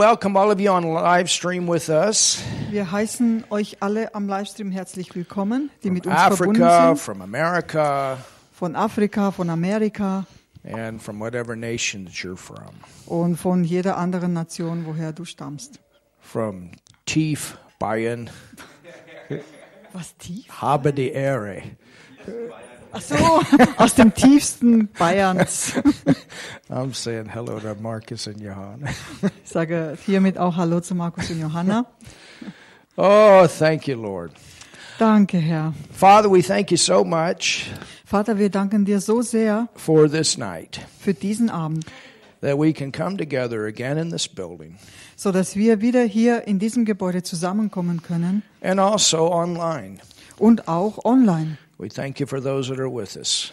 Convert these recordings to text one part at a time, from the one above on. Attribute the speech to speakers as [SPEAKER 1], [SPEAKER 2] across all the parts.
[SPEAKER 1] Welcome all of you on live stream with us,
[SPEAKER 2] Wir heißen euch alle am Livestream herzlich willkommen, die mit uns
[SPEAKER 1] Africa,
[SPEAKER 2] verbunden sind,
[SPEAKER 1] from America,
[SPEAKER 2] von Afrika, von Amerika
[SPEAKER 1] and from whatever nation that you're from.
[SPEAKER 2] und von jeder anderen Nation, woher du stammst.
[SPEAKER 1] From Tief, Bayern,
[SPEAKER 2] Was tief?
[SPEAKER 1] habe die Ehre.
[SPEAKER 2] Ach so, aus dem tiefsten Bayerns.
[SPEAKER 1] I'm saying hello to Marcus and Johanna.
[SPEAKER 2] Ich sage hiermit auch Hallo zu Markus und Johanna.
[SPEAKER 1] Oh, thank you, Lord.
[SPEAKER 2] Danke, Herr.
[SPEAKER 1] Father, we thank you so much
[SPEAKER 2] Vater, wir danken dir so sehr
[SPEAKER 1] for this night
[SPEAKER 2] für diesen Abend,
[SPEAKER 1] that we can come together again in this building
[SPEAKER 2] so dass wir wieder hier in diesem Gebäude zusammenkommen können
[SPEAKER 1] and also online.
[SPEAKER 2] und auch online.
[SPEAKER 1] We thank you for those that are with us.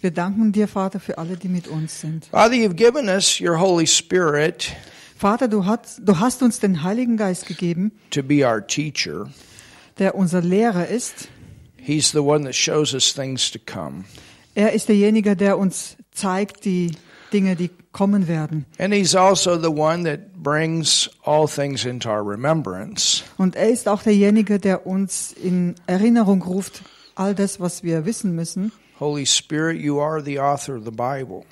[SPEAKER 2] Wir danken dir, Vater, für alle, die mit uns sind.
[SPEAKER 1] Father, you've given us your Holy Spirit
[SPEAKER 2] Vater, du hast, du hast uns den Heiligen Geist gegeben,
[SPEAKER 1] to be our teacher.
[SPEAKER 2] der unser Lehrer ist.
[SPEAKER 1] He's the one that shows us things to come.
[SPEAKER 2] Er ist derjenige, der uns zeigt die Dinge, die kommen werden.
[SPEAKER 1] And he's also the one that brings all things into our remembrance
[SPEAKER 2] Und er ist auch derjenige, der uns in Erinnerung ruft, all das, was wir wissen müssen.
[SPEAKER 1] Holy Spirit, you are the author of the Bible.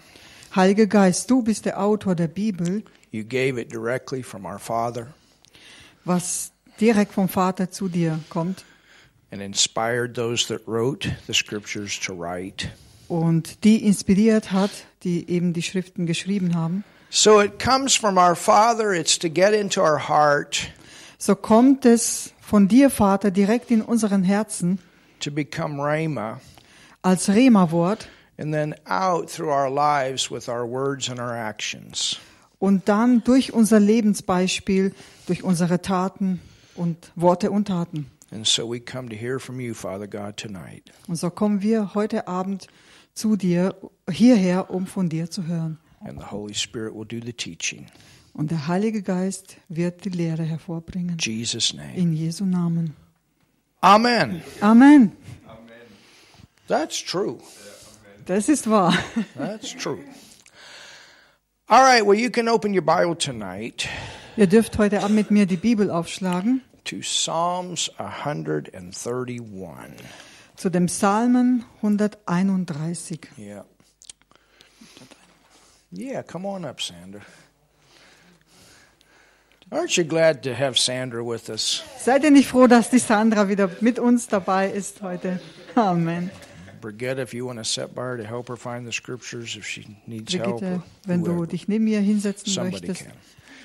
[SPEAKER 2] Heiliger Geist, du bist der Autor der Bibel,
[SPEAKER 1] You gave it directly from our Father
[SPEAKER 2] was direkt vom Vater zu dir kommt
[SPEAKER 1] and inspired those that wrote the scriptures to write.
[SPEAKER 2] und die inspiriert hat, die eben die Schriften geschrieben haben.
[SPEAKER 1] So it comes from our Father, it's to get into our heart
[SPEAKER 2] So kommt es von dir, Vater, direkt in unseren Herzen
[SPEAKER 1] to become Rhema
[SPEAKER 2] als Rema-Wort
[SPEAKER 1] and then out through our lives with our words and our actions.
[SPEAKER 2] und dann durch unser Lebensbeispiel, durch unsere Taten und Worte und Taten.
[SPEAKER 1] And so we come to hear from you, Father God, tonight.
[SPEAKER 2] Und so kommen wir heute Abend zu dir, hierher, um von dir zu hören.
[SPEAKER 1] And the Holy Spirit will do the teaching.
[SPEAKER 2] Und der Heilige Geist wird die Lehre hervorbringen.
[SPEAKER 1] In Jesus' name.
[SPEAKER 2] In Jesu Namen.
[SPEAKER 1] Amen.
[SPEAKER 2] Amen.
[SPEAKER 1] That's true.
[SPEAKER 2] Das ist wahr.
[SPEAKER 1] That's true. All right, well, you can open your Bible tonight
[SPEAKER 2] Ihr dürft heute Abend mit mir die Bibel aufschlagen
[SPEAKER 1] to Psalms 131.
[SPEAKER 2] zu dem Psalmen 131.
[SPEAKER 1] Yeah. Yeah, come on up, Sandra. Aren't you glad to have Sandra with us?
[SPEAKER 2] Seid ihr nicht froh, dass die Sandra wieder mit uns dabei ist heute? Amen.
[SPEAKER 1] Brigitte, if you want to sit by her to help her find the scriptures, if she needs help.
[SPEAKER 2] Brigitte,
[SPEAKER 1] or
[SPEAKER 2] wenn du
[SPEAKER 1] whoever.
[SPEAKER 2] dich neben mir hinsetzen
[SPEAKER 1] Somebody
[SPEAKER 2] möchtest,
[SPEAKER 1] can.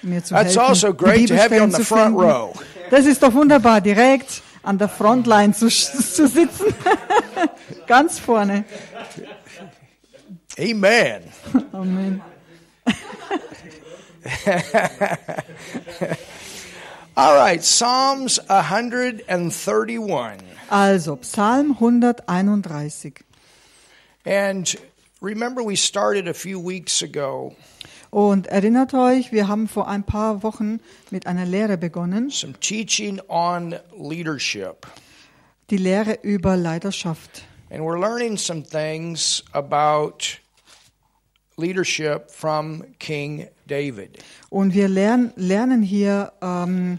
[SPEAKER 2] um mir zu
[SPEAKER 1] That's
[SPEAKER 2] helfen,
[SPEAKER 1] also
[SPEAKER 2] die
[SPEAKER 1] great to have you on
[SPEAKER 2] Bibelstellen
[SPEAKER 1] the
[SPEAKER 2] zu
[SPEAKER 1] front
[SPEAKER 2] finden.
[SPEAKER 1] row.
[SPEAKER 2] Das ist doch wunderbar, direkt an der Frontline zu, zu sitzen. Ganz vorne.
[SPEAKER 1] Amen.
[SPEAKER 2] Amen.
[SPEAKER 1] All right, Psalms 131.
[SPEAKER 2] Also, Psalm 131.
[SPEAKER 1] And remember, we started a few weeks ago
[SPEAKER 2] Und erinnert euch, wir haben vor ein paar Wochen mit einer Lehre begonnen,
[SPEAKER 1] some teaching on leadership.
[SPEAKER 2] die Lehre über Leidenschaft.
[SPEAKER 1] And we're learning some things about leadership from King David.
[SPEAKER 2] Und wir lern, lernen hier ähm,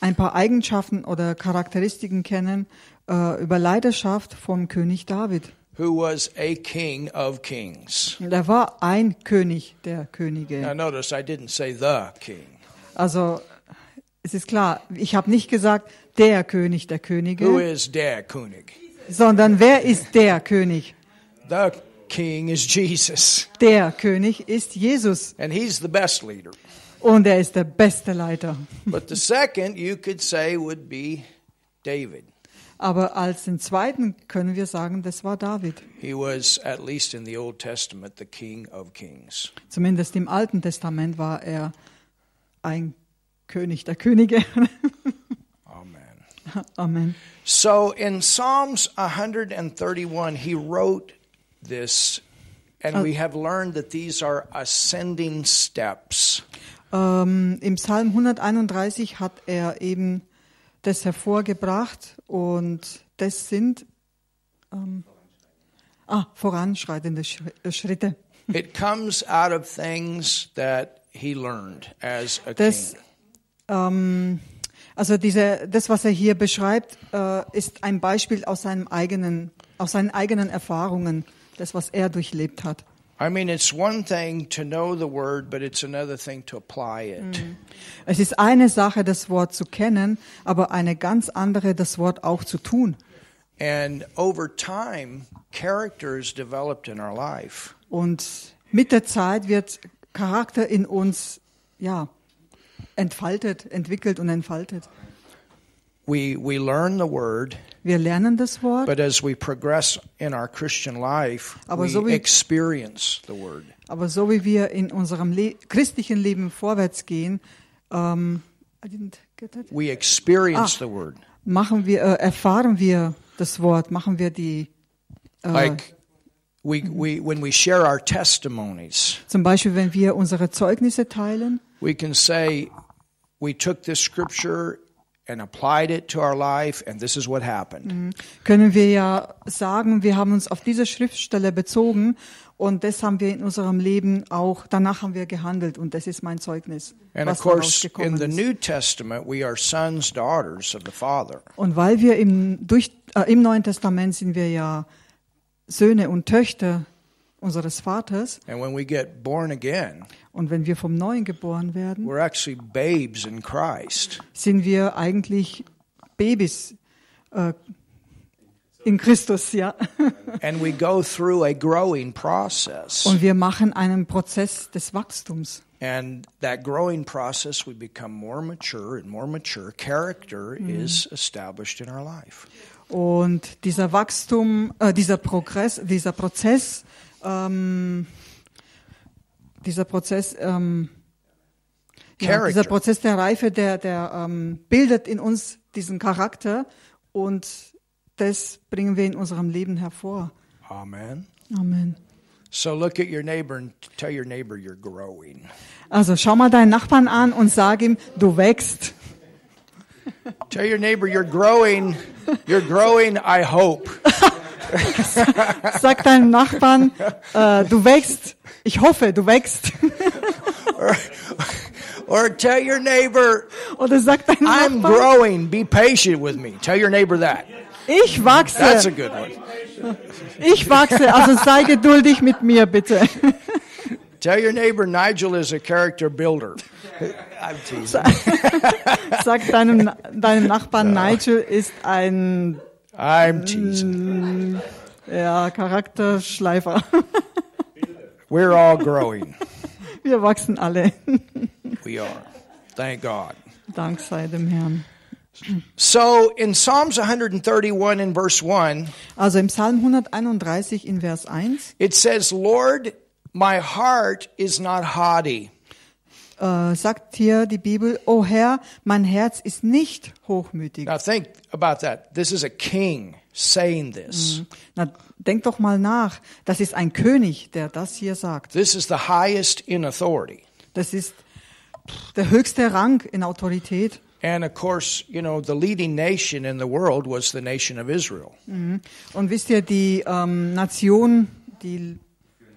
[SPEAKER 2] ein paar Eigenschaften oder Charakteristiken kennen äh, über Leidenschaft von König David.
[SPEAKER 1] Who was a king of kings?
[SPEAKER 2] Und er war ein König der
[SPEAKER 1] Now,
[SPEAKER 2] Könige.
[SPEAKER 1] notice I didn't say the king.
[SPEAKER 2] Also es ist klar, ich habe nicht gesagt der König der
[SPEAKER 1] Who
[SPEAKER 2] Könige,
[SPEAKER 1] is der König?
[SPEAKER 2] sondern wer ist der König?
[SPEAKER 1] The king is Jesus,
[SPEAKER 2] Der König ist Jesus
[SPEAKER 1] and he's the best leader.
[SPEAKER 2] und er ist der beste Leiter.
[SPEAKER 1] But the second you could say would be David.
[SPEAKER 2] Aber als den zweiten können wir sagen, das war David.
[SPEAKER 1] He was, at least in the Old Testament, the King of Kings.
[SPEAKER 2] Zumindest im Alten Testament war er ein König der Könige.
[SPEAKER 1] Amen.
[SPEAKER 2] Amen.
[SPEAKER 1] So in Psalms 131, he wrote this, and we have learned that these are ascending steps.
[SPEAKER 2] Ähm, Im Psalm 131 hat er eben das hervorgebracht und das sind ähm, ah, voranschreitende Sch- äh, Schritte.
[SPEAKER 1] it comes out of things that he learned as a
[SPEAKER 2] Das,
[SPEAKER 1] king.
[SPEAKER 2] ähm, also diese, das, was er hier beschreibt, äh, ist ein Beispiel aus seinem eigenen, aus seinen eigenen Erfahrungen, das, was er durchlebt hat.
[SPEAKER 1] I mean, it's one thing to know the word, but it's another thing to apply it.
[SPEAKER 2] Es ist eine Sache, das Wort zu kennen, aber eine ganz andere, das Wort auch zu tun.
[SPEAKER 1] And over time, character is developed in our life.
[SPEAKER 2] Und mit der Zeit wird Charakter in uns, ja, entfaltet, entwickelt und entfaltet.
[SPEAKER 1] We, we learn the word,
[SPEAKER 2] Wir lernen das Wort,
[SPEAKER 1] but as we progress in our Christian life,
[SPEAKER 2] Aber
[SPEAKER 1] we
[SPEAKER 2] so wie-
[SPEAKER 1] experience the word.
[SPEAKER 2] aber so wie wir in unserem Le christlichen Leben vorwärts gehen, ähm, I didn't get that.
[SPEAKER 1] We experience the word.
[SPEAKER 2] machen wir, äh, erfahren wir das Wort, machen wir die,
[SPEAKER 1] like we, we, when we share our testimonies,
[SPEAKER 2] zum Beispiel, wenn wir unsere Zeugnisse teilen,
[SPEAKER 1] we can say, we took this scripture and applied it to our life, and this is what happened.
[SPEAKER 2] können wir ja sagen, wir haben uns auf diese Schriftstelle bezogen und das haben wir in unserem Leben auch, danach haben wir gehandelt und das ist mein Zeugnis,
[SPEAKER 1] And
[SPEAKER 2] was
[SPEAKER 1] of course, in
[SPEAKER 2] herausgekommen
[SPEAKER 1] the
[SPEAKER 2] ist.
[SPEAKER 1] New Testament, we are sons, daughters of the Father.
[SPEAKER 2] Und weil wir im, durch, äh, im Neuen Testament sind wir ja Söhne und Töchter unseres Vaters
[SPEAKER 1] And when we get born again,
[SPEAKER 2] und wenn wir vom Neuen geboren werden,
[SPEAKER 1] we're actually babes in Christ.
[SPEAKER 2] sind wir eigentlich Babys äh, in Christus, ja.
[SPEAKER 1] And we go through a growing process.
[SPEAKER 2] Und wir machen einen Prozess des Wachstums.
[SPEAKER 1] And that growing process, we become more mature and more mature. Character is established in our life.
[SPEAKER 2] Und dieser Wachstum, äh, dieser Progress, dieser Prozess, ähm, dieser Prozess, ähm, ja,
[SPEAKER 1] Character.
[SPEAKER 2] dieser Prozess der Reife, der, der ähm, bildet in uns diesen Charakter und das bringen wir in unserem Leben hervor.
[SPEAKER 1] Amen.
[SPEAKER 2] Amen.
[SPEAKER 1] So look at your neighbor and tell your neighbor you're growing.
[SPEAKER 2] Also schau mal deinen Nachbarn an und sag ihm, du wächst.
[SPEAKER 1] Tell your neighbor you're growing. You're growing, I hope.
[SPEAKER 2] Sag deinem Nachbarn, äh, du wächst. Ich hoffe, du wächst.
[SPEAKER 1] Or tell your neighbor,
[SPEAKER 2] Oder sag deinem
[SPEAKER 1] I'm
[SPEAKER 2] Nachbarn,
[SPEAKER 1] growing. Be patient with me. Tell your neighbor that.
[SPEAKER 2] ich
[SPEAKER 1] That's a
[SPEAKER 2] wachse.
[SPEAKER 1] good one.
[SPEAKER 2] Ich wachse. Also sei geduldig mit mir, bitte.
[SPEAKER 1] Tell your neighbor Nigel is a character builder. I'm teasing.
[SPEAKER 2] Sag deinem, Na- deinem Nachbarn, Nigel ist ein
[SPEAKER 1] I'm teasing.
[SPEAKER 2] ja, Charakterschleifer.
[SPEAKER 1] We're all growing.
[SPEAKER 2] Wir wachsen alle.
[SPEAKER 1] We are. Thank God.
[SPEAKER 2] Dank sei dem Herrn.
[SPEAKER 1] So in Psalms 131 in verse 1,
[SPEAKER 2] Also im Psalm 131 in Vers 1
[SPEAKER 1] it says, Lord, my heart is not haughty.
[SPEAKER 2] äh, sagt hier die Bibel, O Herr, mein Herz ist nicht hochmütig.
[SPEAKER 1] Now think about that. This is a king saying this.
[SPEAKER 2] Na, denk doch mal nach. Das ist ein König, der das hier sagt.
[SPEAKER 1] This is the highest in authority.
[SPEAKER 2] Das ist der höchste Rang in Autorität.
[SPEAKER 1] And of course, you know, the leading nation in the world was the nation of Israel.
[SPEAKER 2] Und wisst ihr, die ähm, Nation, die,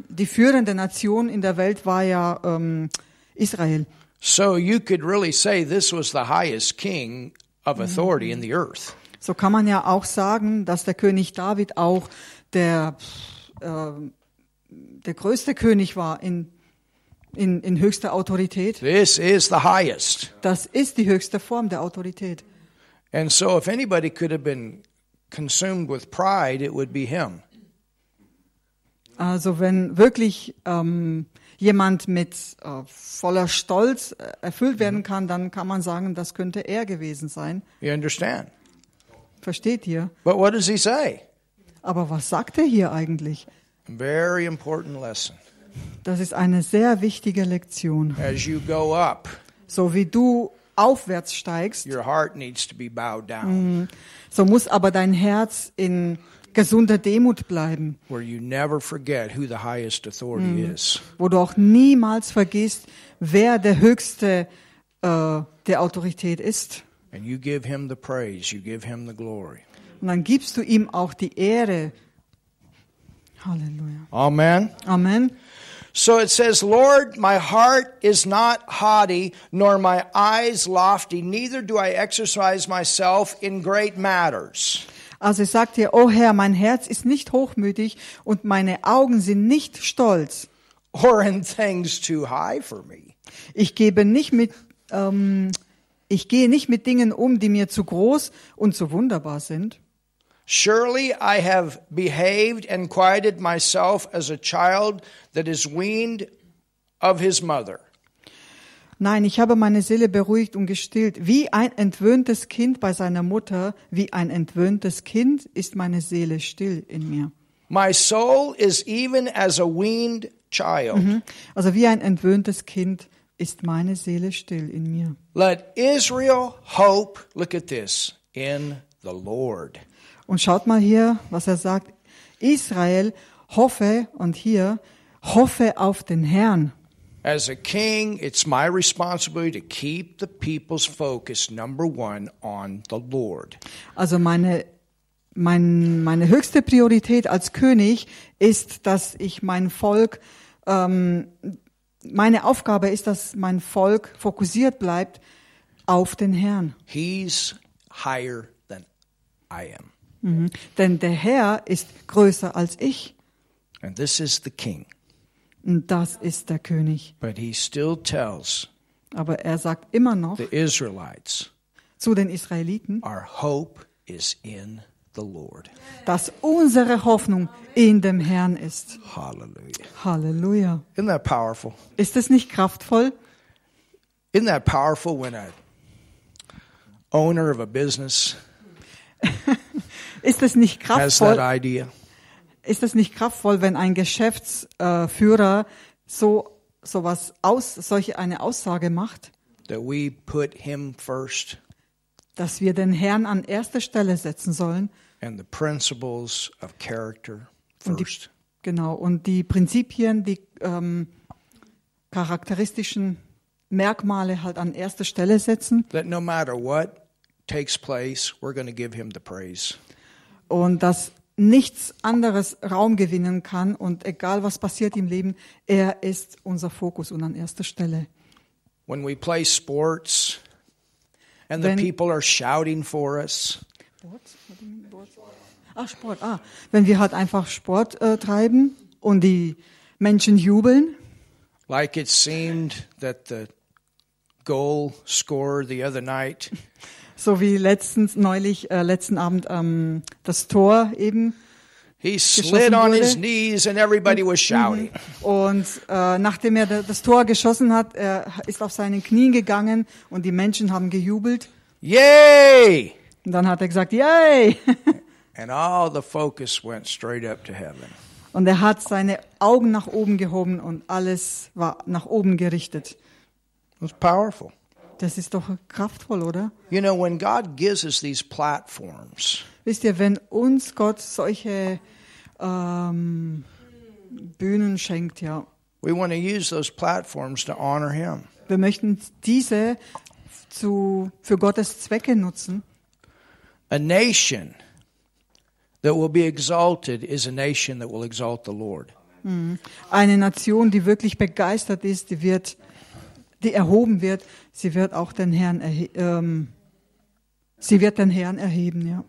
[SPEAKER 2] die führende Nation in der Welt war ja ähm, Israel.
[SPEAKER 1] So you could really say this was the highest king of authority in the earth.
[SPEAKER 2] So kann man ja auch sagen, dass der König David auch der, ähm, der größte König war in, in, in höchster Autorität.
[SPEAKER 1] This is the highest.
[SPEAKER 2] Das ist die höchste Form der Autorität.
[SPEAKER 1] And so if anybody could have been consumed with pride, it would be him.
[SPEAKER 2] Also wenn wirklich ähm, jemand mit äh, voller Stolz äh, erfüllt werden kann, dann kann man sagen, das könnte er gewesen sein.
[SPEAKER 1] You understand?
[SPEAKER 2] Versteht ihr?
[SPEAKER 1] But what does he say?
[SPEAKER 2] Aber was sagt er hier eigentlich?
[SPEAKER 1] Very important lesson.
[SPEAKER 2] Das ist eine sehr wichtige Lektion.
[SPEAKER 1] As you go up,
[SPEAKER 2] So wie du aufwärts steigst,
[SPEAKER 1] your heart needs to be bowed down.
[SPEAKER 2] so muss aber dein Herz in gesunder Demut bleiben,
[SPEAKER 1] where you never forget who the highest authority is.
[SPEAKER 2] wo du auch niemals vergisst, wer der höchste äh, der Autorität ist.
[SPEAKER 1] And you give him the praise, you give him the glory.
[SPEAKER 2] Und dann gibst du ihm auch die Ehre. Halleluja.
[SPEAKER 1] Amen.
[SPEAKER 2] Amen.
[SPEAKER 1] So it says, Lord, my heart is not haughty, nor my eyes lofty, neither do I exercise myself in great matters.
[SPEAKER 2] Also es sagt hier, O Herr, mein Herz ist nicht hochmütig und meine Augen sind nicht stolz.
[SPEAKER 1] or in things too high for me.
[SPEAKER 2] Ich gebe nicht mit, ähm, ich gehe nicht mit Dingen um, die mir zu groß und zu wunderbar sind.
[SPEAKER 1] Surely I have behaved and quieted myself as a child that is weaned of his mother.
[SPEAKER 2] Nein, ich habe meine Seele beruhigt und gestillt. Wie ein entwöhntes Kind bei seiner Mutter, wie ein entwöhntes Kind ist meine Seele still in mir.
[SPEAKER 1] My soul is even as a weaned child.
[SPEAKER 2] Mm-hmm. Also wie ein entwöhntes Kind ist meine Seele still in mir.
[SPEAKER 1] Let Israel hope, look at this, in the Lord.
[SPEAKER 2] Und schaut mal hier, was er sagt. Israel hoffe, und hier, hoffe auf den Herrn.
[SPEAKER 1] As a king, it's my responsibility to keep the people's focus, number one, on the Lord.
[SPEAKER 2] Also meine, mein, meine höchste Priorität als König ist, dass ich mein Volk, ähm, meine Aufgabe ist, dass mein Volk fokussiert bleibt auf den Herrn.
[SPEAKER 1] He's higher than I am.
[SPEAKER 2] Mhm. Denn der Herr ist größer als ich.
[SPEAKER 1] And this is the king.
[SPEAKER 2] Und das ist der König.
[SPEAKER 1] But he still tells
[SPEAKER 2] Aber er sagt immer noch
[SPEAKER 1] the Israelites,
[SPEAKER 2] zu den Israeliten,
[SPEAKER 1] Our hope is in the Lord.
[SPEAKER 2] dass unsere Hoffnung in dem Herrn ist.
[SPEAKER 1] Hallelujah.
[SPEAKER 2] Halleluja.
[SPEAKER 1] Isn't that powerful?
[SPEAKER 2] Ist es nicht kraftvoll?
[SPEAKER 1] Isn't that powerful when a owner of a business
[SPEAKER 2] Ist es nicht
[SPEAKER 1] has that
[SPEAKER 2] kraftvoll?
[SPEAKER 1] idea?
[SPEAKER 2] Ist es nicht kraftvoll, wenn ein Geschäftsführer so sowas aus solche eine Aussage macht,
[SPEAKER 1] That we put him first
[SPEAKER 2] dass wir den Herrn an erste Stelle setzen sollen
[SPEAKER 1] and the principles of character
[SPEAKER 2] und die,
[SPEAKER 1] first.
[SPEAKER 2] genau und die Prinzipien, die ähm, charakteristischen Merkmale halt an erste Stelle setzen
[SPEAKER 1] That no matter what takes place, we're going to give him the praise.
[SPEAKER 2] und dass nichts anderes Raum gewinnen kann und egal was passiert im Leben, er ist unser Fokus und an erster Stelle.
[SPEAKER 1] When we play sports and the
[SPEAKER 2] Wenn-
[SPEAKER 1] people are shouting for us,
[SPEAKER 2] Boards? What do you mean boards? Ah, Sport. Ah, wenn wir halt einfach Sport äh, treiben und die Menschen jubeln,
[SPEAKER 1] like it seemed that the goal scorer the other night
[SPEAKER 2] so wie letztens, neulich, äh, letzten Abend ähm, das Tor eben.
[SPEAKER 1] he slid on
[SPEAKER 2] wurde.
[SPEAKER 1] his knees and everybody was shouting
[SPEAKER 2] Und äh, nachdem er da- das Tor geschossen hat, er ist auf seinen Knien gegangen und die Menschen haben gejubelt.
[SPEAKER 1] yay
[SPEAKER 2] Und dann hat er gesagt, yay!
[SPEAKER 1] and all the focus went straight up to heaven
[SPEAKER 2] Und er hat seine Augen nach oben gehoben und alles war nach oben gerichtet.
[SPEAKER 1] it was powerful
[SPEAKER 2] Das ist doch kraftvoll, oder?
[SPEAKER 1] you know when god gives us these platforms
[SPEAKER 2] Wisst ihr, wenn uns Gott solche ähm, Bühnen schenkt, ja,
[SPEAKER 1] we want to use those platforms to honor him
[SPEAKER 2] wir möchten diese zu, für Gottes Zwecke nutzen.
[SPEAKER 1] a nation that will be exalted is a nation that will exalt the lord
[SPEAKER 2] Eine Nation, die wirklich begeistert ist, die wird, die erhoben wird, sie wird auch den Herrn erhe ähm, sie wird den Herrn erheben, ja.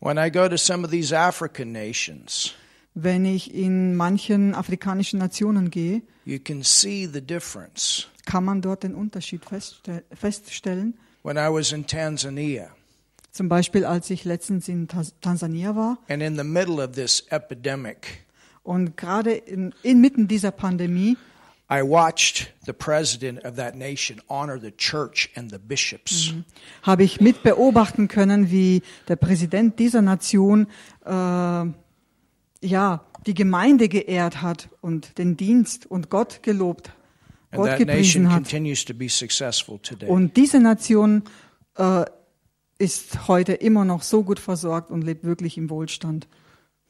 [SPEAKER 1] when i go to some of these african nations
[SPEAKER 2] Wenn ich in manchen afrikanischen Nationen gehe,
[SPEAKER 1] you can see the difference
[SPEAKER 2] kann man dort den Unterschied festste feststellen.
[SPEAKER 1] when I was in Tanzania,
[SPEAKER 2] Zum Beispiel, als ich letztens in Tas Tansania war,
[SPEAKER 1] and in the middle of this epidemic,
[SPEAKER 2] Und gerade in, inmitten dieser Pandemie
[SPEAKER 1] I watched the president of that nation honor the church and the bishops.
[SPEAKER 2] habe ich mit beobachten können, wie der Präsident dieser Nation äh, ja die Gemeinde geehrt hat und den Dienst und Gott gelobt,
[SPEAKER 1] And
[SPEAKER 2] Gott
[SPEAKER 1] that nation
[SPEAKER 2] gepriesen hat.
[SPEAKER 1] continues to be successful today.
[SPEAKER 2] Und diese Nation äh, ist heute immer noch so gut versorgt und lebt wirklich im Wohlstand.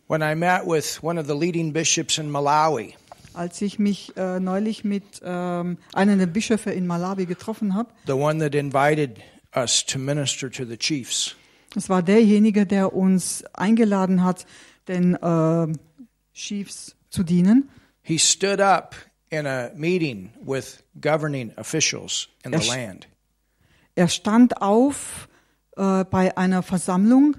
[SPEAKER 1] when I met with one of the leading bishops in Malawi,
[SPEAKER 2] Als ich mich äh, neulich mit ähm, einem der Bischöfe in Malawi getroffen habe,
[SPEAKER 1] the one that invited us to minister to the chiefs,
[SPEAKER 2] Es war derjenige, der uns eingeladen hat, den äh, Chiefs ähm, zu dienen.
[SPEAKER 1] he stood up in a meeting with governing officials in the
[SPEAKER 2] Yes.
[SPEAKER 1] land.
[SPEAKER 2] Er stand auf äh, bei einer Versammlung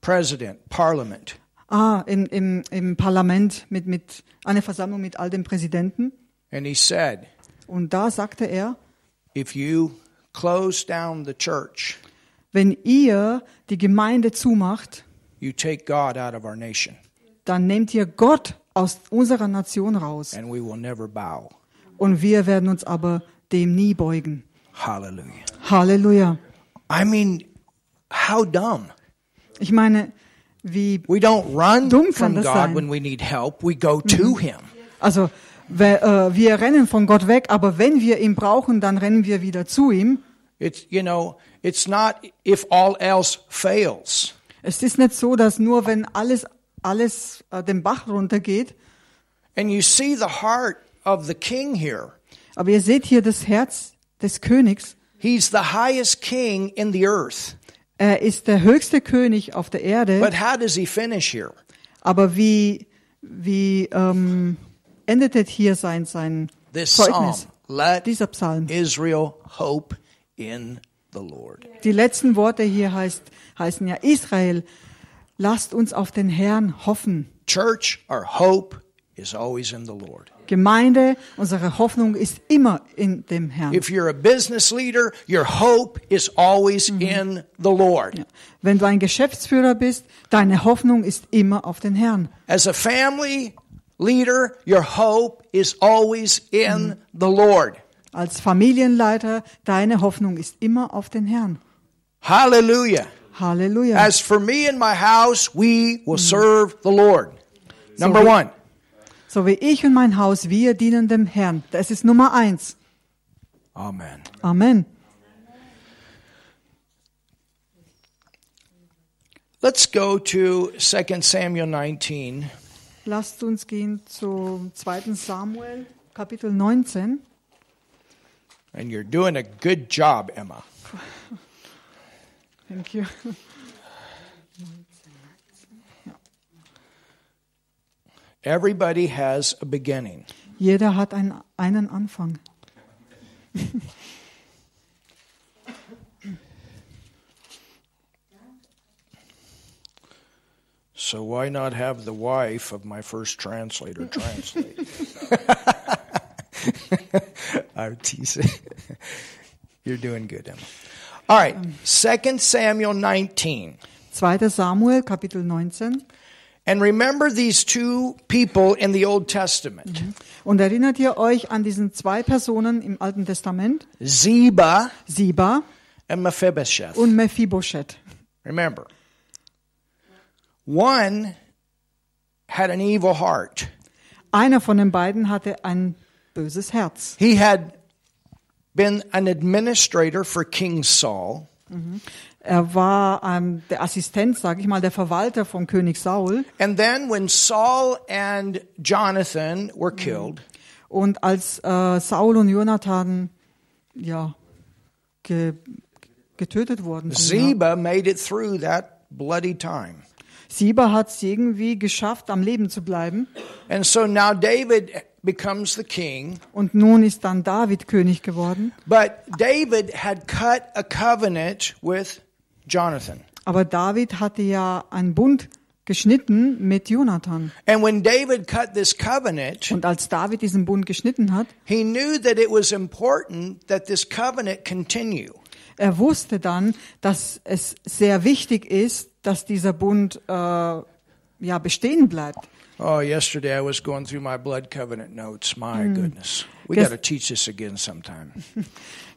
[SPEAKER 1] President, parliament,
[SPEAKER 2] ah, im, im, im Parlament, mit, mit einer Versammlung mit all den Präsidenten.
[SPEAKER 1] and he said,
[SPEAKER 2] Und da sagte er,
[SPEAKER 1] If you close down the church,
[SPEAKER 2] wenn ihr die Gemeinde zumacht,
[SPEAKER 1] you take God out of our nation,
[SPEAKER 2] dann nehmt ihr Gott aus unserer Nation raus.
[SPEAKER 1] and we will never bow.
[SPEAKER 2] Und wir werden uns aber dem nie beugen.
[SPEAKER 1] Hallelujah.
[SPEAKER 2] Halleluja.
[SPEAKER 1] I mean, how dumb.
[SPEAKER 2] Ich meine, wie,
[SPEAKER 1] We don't run
[SPEAKER 2] Dumm kann
[SPEAKER 1] from
[SPEAKER 2] das
[SPEAKER 1] God
[SPEAKER 2] sein.
[SPEAKER 1] when we need help, we go to Him.
[SPEAKER 2] also, wer, äh, wir rennen von Gott weg, aber wenn wir ihn brauchen, dann rennen wir wieder zu ihm.
[SPEAKER 1] It's, you know, it's not if all else fails.
[SPEAKER 2] Es ist nicht so, dass nur wenn alles, alles äh, den Bach runtergeht,
[SPEAKER 1] And you see the heart of the king here.
[SPEAKER 2] aber ihr seht hier das Herz des Königs.
[SPEAKER 1] He's the highest king in the earth.
[SPEAKER 2] Er ist der höchste König auf der Erde,
[SPEAKER 1] But how does he finish here?
[SPEAKER 2] aber wie, wie ähm, endetet hier sein, sein
[SPEAKER 1] This psalm.
[SPEAKER 2] Zeugnis,
[SPEAKER 1] Let
[SPEAKER 2] dieser Psalm?
[SPEAKER 1] Israel hope in the Lord.
[SPEAKER 2] Die letzten Worte hier heißt, heißen ja Israel, lasst uns auf den Herrn hoffen.
[SPEAKER 1] Church, our hope is always in the Lord.
[SPEAKER 2] Gemeinde, unsere Hoffnung ist immer in dem Herrn.
[SPEAKER 1] If you're a business leader, your hope is always in the Lord.
[SPEAKER 2] Wenn du ein Geschäftsführer bist, deine Hoffnung ist immer auf den Herrn.
[SPEAKER 1] As a family leader, your hope is always in the Lord.
[SPEAKER 2] Als Familienleiter, deine Hoffnung ist immer auf den Herrn.
[SPEAKER 1] Hallelujah.
[SPEAKER 2] Halleluja.
[SPEAKER 1] As for me and my house, we will serve the Lord. Number
[SPEAKER 2] So-
[SPEAKER 1] one,
[SPEAKER 2] So wie ich und mein Haus, wir dienen dem Herrn. Das ist Nummer eins.
[SPEAKER 1] Amen.
[SPEAKER 2] Amen.
[SPEAKER 1] Let's go to 2 Samuel 19.
[SPEAKER 2] Lasst uns gehen zu 2. Samuel, Kapitel 19.
[SPEAKER 1] And you're doing a good job, Emma.
[SPEAKER 2] Thank you.
[SPEAKER 1] Everybody has a beginning.
[SPEAKER 2] Jeder hat ein, einen Anfang.
[SPEAKER 1] So why not have the wife of my first translator translate? I'm teasing. You're doing good, Emma. All right, 2 Samuel 19.
[SPEAKER 2] 2. Samuel, Kapitel 19.
[SPEAKER 1] And remember these two people in the Old Testament
[SPEAKER 2] Und erinnert ihr euch an diesen zwei Personen im Alten Testament?
[SPEAKER 1] Ziba
[SPEAKER 2] Siba
[SPEAKER 1] and Mephibosheth.
[SPEAKER 2] und Mephibosheth.
[SPEAKER 1] Remember, one had an evil heart,
[SPEAKER 2] Einer von den beiden hatte ein böses Herz.
[SPEAKER 1] he had been an administrator for King Saul.
[SPEAKER 2] Er war ähm, der Assistent, sage ich mal, der Verwalter von König Saul.
[SPEAKER 1] And then when Saul and Jonathan were killed,
[SPEAKER 2] Und als äh, Saul und Jonathan ja, ge getötet wurden, ja,
[SPEAKER 1] Ziba made it through that bloody time.
[SPEAKER 2] Siba hat es irgendwie geschafft, am Leben zu bleiben.
[SPEAKER 1] And so now David becomes the king,
[SPEAKER 2] Und nun ist dann David König geworden.
[SPEAKER 1] but David had cut a covenant with Jonathan.
[SPEAKER 2] Aber David hatte ja einen Bund geschnitten mit Jonathan.
[SPEAKER 1] And when David cut this covenant,
[SPEAKER 2] Und als David diesen Bund geschnitten hat,
[SPEAKER 1] he knew that it was important that this covenant continue.
[SPEAKER 2] er wusste dann, dass es sehr wichtig ist, dass dieser Bund äh, ja bestehen bleibt.
[SPEAKER 1] Oh, yesterday I was going through my blood covenant notes. My goodness. We got
[SPEAKER 2] Guess-
[SPEAKER 1] to teach this again sometime.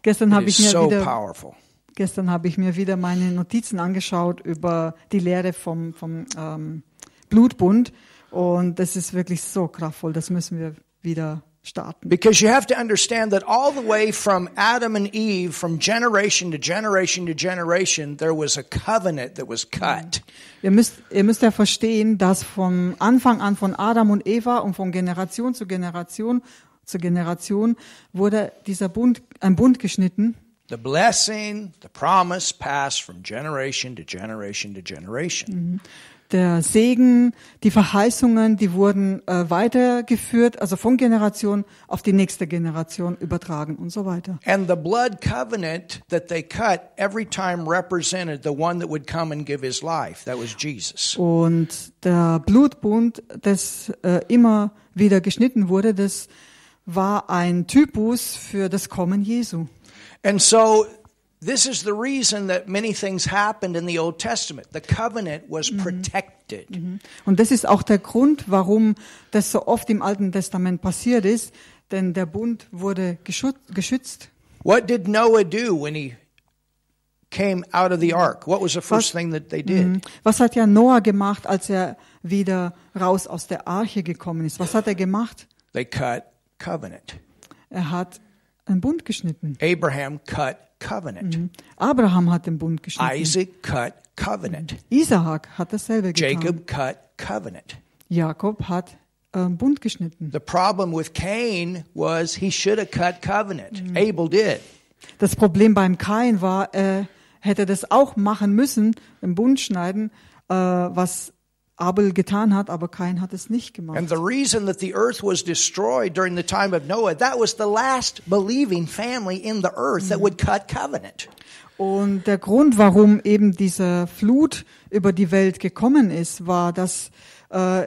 [SPEAKER 2] Gestern habe ich
[SPEAKER 1] It's
[SPEAKER 2] mir
[SPEAKER 1] so
[SPEAKER 2] wieder
[SPEAKER 1] powerful.
[SPEAKER 2] Gestern habe ich mir wieder meine Notizen angeschaut über die Lehre vom, vom ähm, Blutbund und das ist wirklich so kraftvoll, das müssen wir wieder starten.
[SPEAKER 1] Because you have to understand that all the way from Adam and Eve, from generation to generation to generation, there was a covenant that was cut.
[SPEAKER 2] Ihr müsst, ihr müsst ja verstehen, dass vom Anfang an von Adam und Eva und von Generation zu Generation zu Generation wurde dieser Bund, ein Bund geschnitten
[SPEAKER 1] The blessing, the promise passed from generation to generation to generation.
[SPEAKER 2] der Segen, die Verheißungen, die wurden äh, weitergeführt, also von Generation auf die nächste Generation übertragen und so weiter.
[SPEAKER 1] And the blood covenant that they cut every time represented the one that would come and give his life. That was Jesus.
[SPEAKER 2] Und der Blutbund, das äh, immer wieder geschnitten wurde, das war ein Typus für das Kommen Jesu.
[SPEAKER 1] And so this is the reason that many things happened in the Old Testament. The covenant was protected.
[SPEAKER 2] Und das ist auch der Grund, warum das so oft im Alten Testament passiert ist, denn der Bund wurde geschut- geschützt.
[SPEAKER 1] What did Noah do when he came out of the ark? What was the first thing that they did?
[SPEAKER 2] Was hat ja Noah gemacht, als er wieder raus aus der Arche gekommen ist? Was hat er gemacht?
[SPEAKER 1] They cut covenant.
[SPEAKER 2] Er hat einen Bund geschnitten.
[SPEAKER 1] Abraham cut covenant.
[SPEAKER 2] Abraham hat den Bund geschnitten.
[SPEAKER 1] Isaac cut covenant.
[SPEAKER 2] Isaak hat dasselbe getan.
[SPEAKER 1] Jacob cut covenant.
[SPEAKER 2] Jakob hat ähm, Bund geschnitten.
[SPEAKER 1] The problem with Cain was he should have cut covenant. Abel did.
[SPEAKER 2] Das Problem beim Kain war, er hätte das auch machen müssen, im Bund schneiden, äh, was Abel getan hat, aber Kain hat es nicht gemacht.
[SPEAKER 1] And the reason that the earth was destroyed during the time of Noah, that was the last believing family in the earth that would cut covenant.
[SPEAKER 2] Und der Grund, warum eben diese Flut über die Welt gekommen ist, war, dass äh,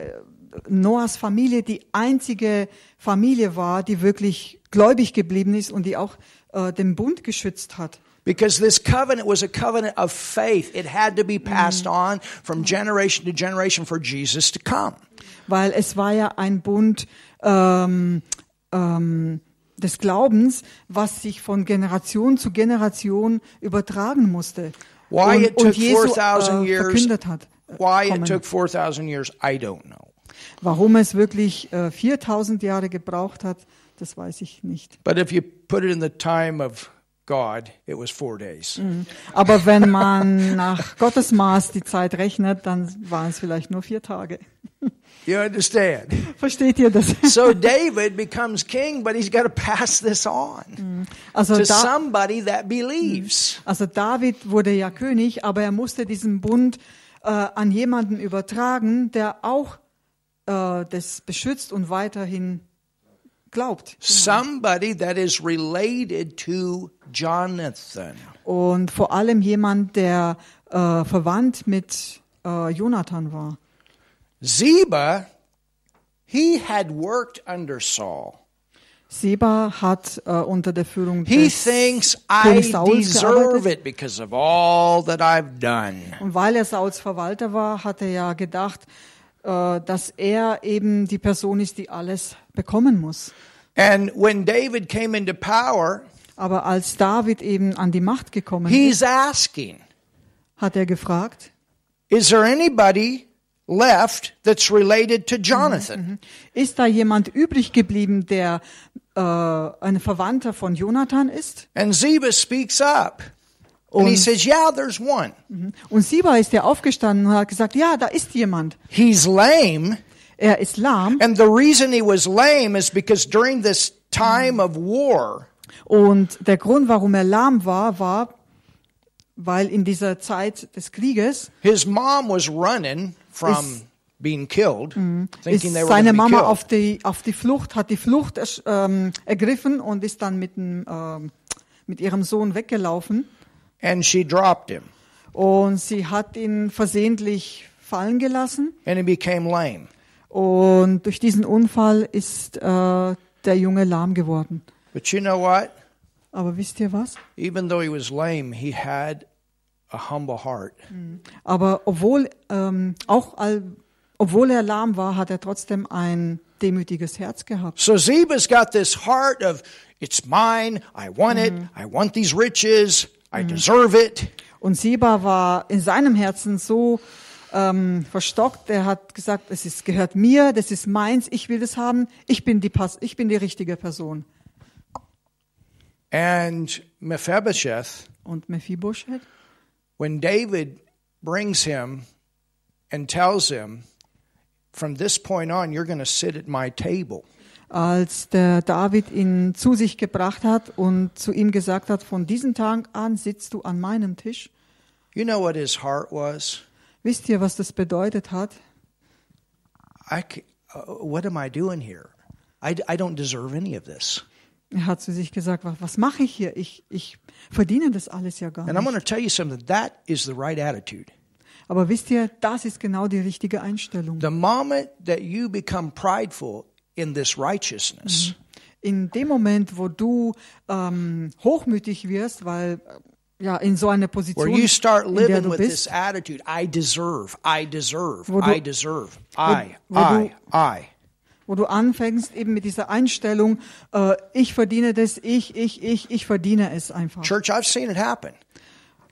[SPEAKER 2] Noahs Familie die einzige Familie war, die wirklich gläubig geblieben ist und die auch äh, den Bund geschützt hat.
[SPEAKER 1] Because this covenant was a covenant of faith. It had to be passed on from generation to generation for Jesus to come.
[SPEAKER 2] weil es war ja ein Bund ähm, ähm, des Glaubens, was sich von Generation zu Generation übertragen musste
[SPEAKER 1] Why
[SPEAKER 2] und,
[SPEAKER 1] it
[SPEAKER 2] und
[SPEAKER 1] took
[SPEAKER 2] Jesu
[SPEAKER 1] 4,000
[SPEAKER 2] äh,
[SPEAKER 1] years.
[SPEAKER 2] verkündet hat. äh,
[SPEAKER 1] Why it
[SPEAKER 2] kommen.
[SPEAKER 1] took 4,000 years, I don't know.
[SPEAKER 2] Warum es wirklich äh, 4000 Jahre gebraucht hat, das weiß ich nicht.
[SPEAKER 1] But if you put it in the time of God, it was four days.
[SPEAKER 2] Aber wenn man nach Gottes Maß die Zeit rechnet, dann waren es vielleicht nur vier Tage.
[SPEAKER 1] You understand?
[SPEAKER 2] Versteht ihr das?
[SPEAKER 1] So David becomes king, but he's got to pass this on
[SPEAKER 2] Also
[SPEAKER 1] to
[SPEAKER 2] da,
[SPEAKER 1] somebody that believes.
[SPEAKER 2] Also David wurde ja König, aber er musste diesen Bund äh, an jemanden übertragen, der auch äh, das beschützt und weiterhin glaubt.
[SPEAKER 1] Somebody that is related to Jonathan.
[SPEAKER 2] Und vor allem jemand, der äh, verwandt mit äh, Jonathan war.
[SPEAKER 1] Ziba, he had worked under Saul.
[SPEAKER 2] Seba hat äh, unter der Führung
[SPEAKER 1] He
[SPEAKER 2] des
[SPEAKER 1] thinks I
[SPEAKER 2] König Sauls
[SPEAKER 1] deserve
[SPEAKER 2] gearbeitet.
[SPEAKER 1] it because of all that I've done.
[SPEAKER 2] Und weil er Sauls Verwalter war, hat er ja gedacht, äh, dass er eben die Person ist, die alles bekommen muss.
[SPEAKER 1] And when David came into power,
[SPEAKER 2] Aber als David eben an die Macht gekommen ist,
[SPEAKER 1] he's asking,
[SPEAKER 2] hat er gefragt,
[SPEAKER 1] Is there anybody left that's related to Jonathan?
[SPEAKER 2] ist da jemand übrig geblieben, der äh, ein Verwandter von Jonathan ist?
[SPEAKER 1] And Ziba speaks up. And he says, Yeah, there's one.
[SPEAKER 2] Und Siba ist ja aufgestanden und hat gesagt, ja, da ist jemand.
[SPEAKER 1] He's lame.
[SPEAKER 2] Er ist lahm
[SPEAKER 1] And the reason he was lame is because during this time of war,
[SPEAKER 2] und der Grund, warum er lahm war, war, weil in dieser Zeit des Krieges
[SPEAKER 1] his mom was running from
[SPEAKER 2] Is-
[SPEAKER 1] being killed,
[SPEAKER 2] ist
[SPEAKER 1] thinking they were going
[SPEAKER 2] seine
[SPEAKER 1] to be
[SPEAKER 2] Mama
[SPEAKER 1] killed.
[SPEAKER 2] auf die, auf die Flucht, hat die Flucht ersch- ähm, ergriffen und ist dann mit, dem, ähm, mit ihrem Sohn weggelaufen.
[SPEAKER 1] and she dropped him.
[SPEAKER 2] Und sie hat ihn versehentlich fallen gelassen.
[SPEAKER 1] And he became lame.
[SPEAKER 2] Und durch diesen Unfall ist äh, der Junge lahm geworden.
[SPEAKER 1] But you know what?
[SPEAKER 2] Aber wisst ihr was?
[SPEAKER 1] Even though he was lame, he had a humble heart.
[SPEAKER 2] Mm. Aber obwohl, ähm, auch all, obwohl er lahm war, hat er trotzdem ein demütiges Herz gehabt.
[SPEAKER 1] So Ziba's got this heart of, it's mine, I want it,
[SPEAKER 2] Mm.
[SPEAKER 1] I want these riches, I deserve it.
[SPEAKER 2] Und Seba war in seinem Herzen so ähm, verstockt. Er hat gesagt, es ist, gehört mir, das ist meins, ich will das haben, ich bin die, Pas ich bin die richtige Person.
[SPEAKER 1] And Mephibosheth,
[SPEAKER 2] Und Mephibosheth?
[SPEAKER 1] when David brings him and tells him, from this point on, you're going to sit at my table.
[SPEAKER 2] als der David ihn zu sich gebracht hat und zu ihm gesagt hat, von diesem Tag an sitzt du an meinem Tisch.
[SPEAKER 1] You know what his heart was?
[SPEAKER 2] Wisst ihr, was das bedeutet hat?
[SPEAKER 1] I c- uh, what am I doing here? I, d- I don't deserve any of this.
[SPEAKER 2] Er hat zu sich gesagt, "Wa- was mache ich hier? Ich, ich verdiene das alles ja gar
[SPEAKER 1] And I'm
[SPEAKER 2] nicht.
[SPEAKER 1] going to tell you something that is the right attitude.
[SPEAKER 2] Aber wisst ihr, das ist genau die richtige Einstellung.
[SPEAKER 1] The moment that you become prideful in this righteousness,
[SPEAKER 2] In dem Moment, wo du ähm, hochmütig wirst, weil äh, ja in so
[SPEAKER 1] where
[SPEAKER 2] einer Position,
[SPEAKER 1] you start
[SPEAKER 2] in der
[SPEAKER 1] living
[SPEAKER 2] du
[SPEAKER 1] with this
[SPEAKER 2] bist,
[SPEAKER 1] attitude, I deserve, I deserve,
[SPEAKER 2] Wo du-
[SPEAKER 1] I deserve, I,
[SPEAKER 2] wo
[SPEAKER 1] I,
[SPEAKER 2] du-
[SPEAKER 1] I.
[SPEAKER 2] wo du anfängst eben mit dieser Einstellung, äh, ich verdiene das, ich, ich, ich, ich verdiene es einfach.
[SPEAKER 1] Church, I've seen it happen.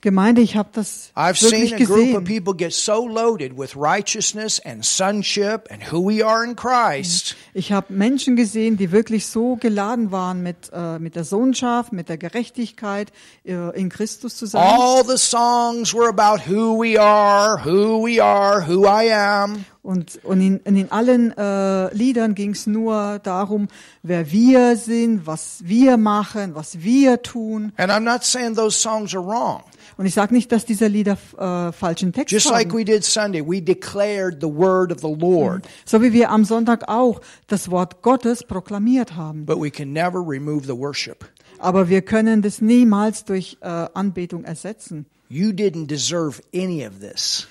[SPEAKER 2] Gemeinde, ich habe das
[SPEAKER 1] I've
[SPEAKER 2] wirklich
[SPEAKER 1] seen a group of
[SPEAKER 2] gesehen.
[SPEAKER 1] people get so loaded with righteousness and sonship and who we are in Christ
[SPEAKER 2] Ich habe Menschen gesehen, die wirklich so geladen waren mit, äh, mit der Sohnschaft, mit der Gerechtigkeit, äh, in Christus zu sein.
[SPEAKER 1] All the songs were about who we are, who we are, who I am.
[SPEAKER 2] Und, und in, und in allen äh, Liedern ging es nur darum, wer wir sind, was wir machen, was wir tun.
[SPEAKER 1] And I'm not saying those songs are wrong.
[SPEAKER 2] Und ich sage nicht, dass diese Lieder äh, falschen Text
[SPEAKER 1] Just
[SPEAKER 2] haben.
[SPEAKER 1] like we did Sunday, we declared the word of the Lord,
[SPEAKER 2] so wie wir am Sonntag auch das Wort Gottes proklamiert haben.
[SPEAKER 1] but we can never remove the worship.
[SPEAKER 2] Aber wir können das niemals durch äh, Anbetung ersetzen.
[SPEAKER 1] You didn't deserve any of this.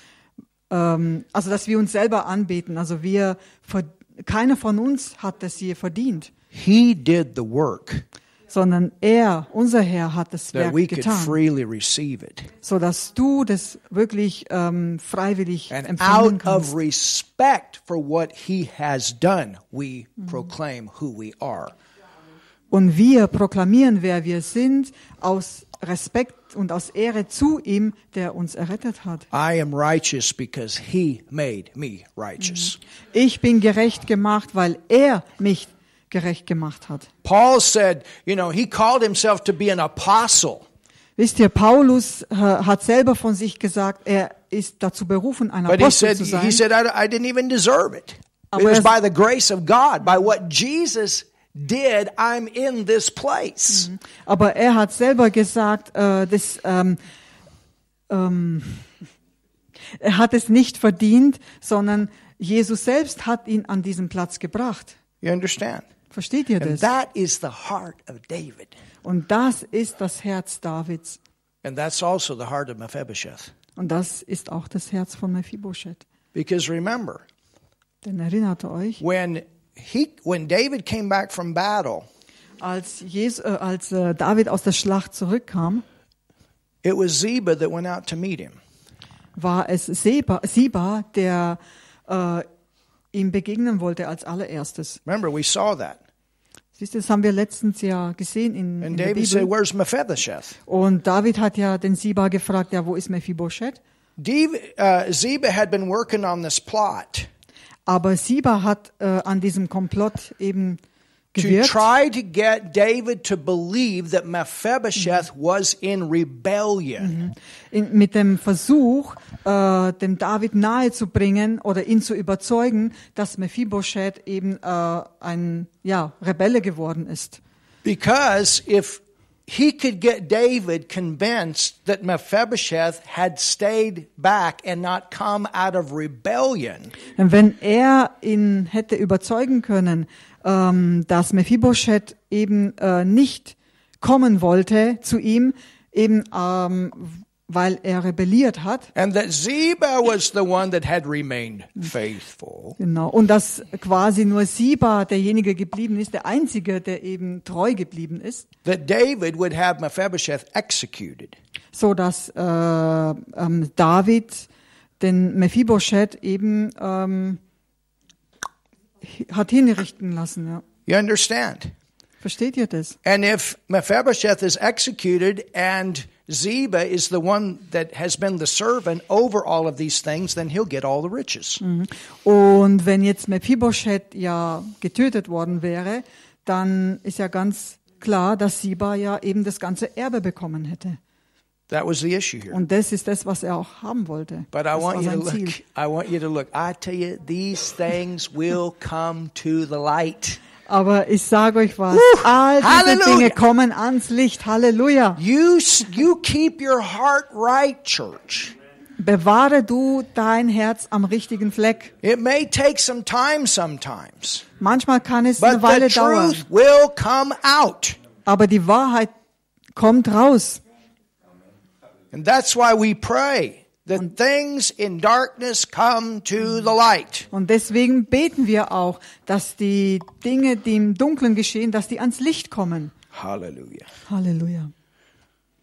[SPEAKER 2] Ähm, also dass wir uns selber anbeten. Also wir ver- keiner von uns hat das je verdient,
[SPEAKER 1] He did the work
[SPEAKER 2] sondern er, unser Herr, hat das
[SPEAKER 1] that
[SPEAKER 2] Werk
[SPEAKER 1] we could
[SPEAKER 2] getan.
[SPEAKER 1] freely receive it.
[SPEAKER 2] so dass du das wirklich ähm, freiwillig
[SPEAKER 1] And
[SPEAKER 2] empfangen
[SPEAKER 1] out of
[SPEAKER 2] kannst.
[SPEAKER 1] respect for what he has done, we proclaim who we are.
[SPEAKER 2] Und wir proklamieren, wer wir sind, aus Respekt und aus Ehre zu ihm, der uns errettet hat.
[SPEAKER 1] I am righteous because he made me righteous.
[SPEAKER 2] Ich bin gerecht gemacht, weil er mich gerecht gemacht hat.
[SPEAKER 1] Paul said, you know, he called himself to be an apostle.
[SPEAKER 2] Wisst ihr, Paulus äh, hat selber von sich gesagt, er ist dazu berufen, ein
[SPEAKER 1] But he
[SPEAKER 2] Apostel
[SPEAKER 1] said,
[SPEAKER 2] zu
[SPEAKER 1] he
[SPEAKER 2] sein.
[SPEAKER 1] said, I, I didn't even deserve it. It
[SPEAKER 2] Aber
[SPEAKER 1] was
[SPEAKER 2] er-
[SPEAKER 1] by the grace of God, by what Jesus did, I'm in this place.
[SPEAKER 2] Aber er hat selber gesagt, äh, das, ähm, ähm, er hat es nicht verdient, sondern Jesus selbst hat ihn an diesen Platz gebracht.
[SPEAKER 1] You understand?
[SPEAKER 2] Versteht ihr
[SPEAKER 1] And
[SPEAKER 2] das?
[SPEAKER 1] that is the heart of David.
[SPEAKER 2] Und das ist das Herz Davids.
[SPEAKER 1] And that's also the heart of Mephibosheth.
[SPEAKER 2] Und das ist auch das Herz von Mephibosheth.
[SPEAKER 1] Because remember,
[SPEAKER 2] Denn erinnert ihr euch,
[SPEAKER 1] when he when David came back from battle,
[SPEAKER 2] als, Jesu, äh, als äh, David aus der Schlacht zurückkam,
[SPEAKER 1] it was Ziba that went out to meet him.
[SPEAKER 2] war es Seba, Siba, der äh, ihm begegnen wollte als allererstes.
[SPEAKER 1] Remember, we saw that.
[SPEAKER 2] Siehst du, das haben wir letztens ja gesehen in, in
[SPEAKER 1] And
[SPEAKER 2] der
[SPEAKER 1] David said,
[SPEAKER 2] Bibel.
[SPEAKER 1] "Where's Mephibosheth?"
[SPEAKER 2] Und David hat ja den Siba gefragt, ja, wo ist Mephibosheth?
[SPEAKER 1] Div- uh, Ziba had been working on this plot
[SPEAKER 2] Aber Siba hat äh, an diesem Komplott eben
[SPEAKER 1] to
[SPEAKER 2] gewirkt,
[SPEAKER 1] try to get David to believe that Mephibosheth was in
[SPEAKER 2] Mm-hmm.
[SPEAKER 1] rebellion.
[SPEAKER 2] in, mit dem Versuch, äh, dem David nahezubringen oder ihn zu überzeugen, dass Mephibosheth eben äh, ein ja, Rebelle geworden ist.
[SPEAKER 1] Because if he could get David convinced that Mephibosheth had stayed back and not come out of rebellion,
[SPEAKER 2] Denn Wenn er ihn hätte überzeugen können, ähm, dass Mephibosheth eben äh, nicht kommen wollte zu ihm, eben ähm, weil er rebelliert hat,
[SPEAKER 1] and that Ziba was the one that had remained faithful,
[SPEAKER 2] genau, und dass quasi nur Siba derjenige geblieben ist, der einzige, der eben treu geblieben ist,
[SPEAKER 1] that David would have Mephibosheth executed.
[SPEAKER 2] so dass äh, ähm, David den Mephibosheth eben ähm, hi- hat hinrichten lassen. Ja.
[SPEAKER 1] You understand?
[SPEAKER 2] Versteht ihr das?
[SPEAKER 1] And if Mephibosheth is executed and Ziba is the one that has been the servant over all of these things, then he'll get all the riches.
[SPEAKER 2] Und wenn jetzt Mephibosheth ja getötet worden wäre, dann ist ja ganz klar, dass Siba ja eben das ganze Erbe bekommen hätte.
[SPEAKER 1] That was the issue here.
[SPEAKER 2] Und das ist das, was er auch haben wollte.
[SPEAKER 1] But I
[SPEAKER 2] das
[SPEAKER 1] want
[SPEAKER 2] war
[SPEAKER 1] you to
[SPEAKER 2] sein Ziel.
[SPEAKER 1] look. I want you to look. I tell you, these things will come to the light.
[SPEAKER 2] Aber ich sage euch was, all diese
[SPEAKER 1] Halleluja.
[SPEAKER 2] Dinge kommen ans Licht. Halleluja.
[SPEAKER 1] You s- you keep your heart right, church.
[SPEAKER 2] Bewahre du dein Herz am richtigen Fleck.
[SPEAKER 1] It may take some time sometimes,
[SPEAKER 2] Manchmal kann es
[SPEAKER 1] but
[SPEAKER 2] eine Weile
[SPEAKER 1] the
[SPEAKER 2] dauern,
[SPEAKER 1] truth will come out.
[SPEAKER 2] aber die Wahrheit kommt raus.
[SPEAKER 1] And that's why we pray that things in darkness come to the light.
[SPEAKER 2] Und deswegen beten wir auch, dass die Dinge, die im Dunkeln geschehen, dass die ans Licht kommen.
[SPEAKER 1] Hallelujah.
[SPEAKER 2] Halleluja.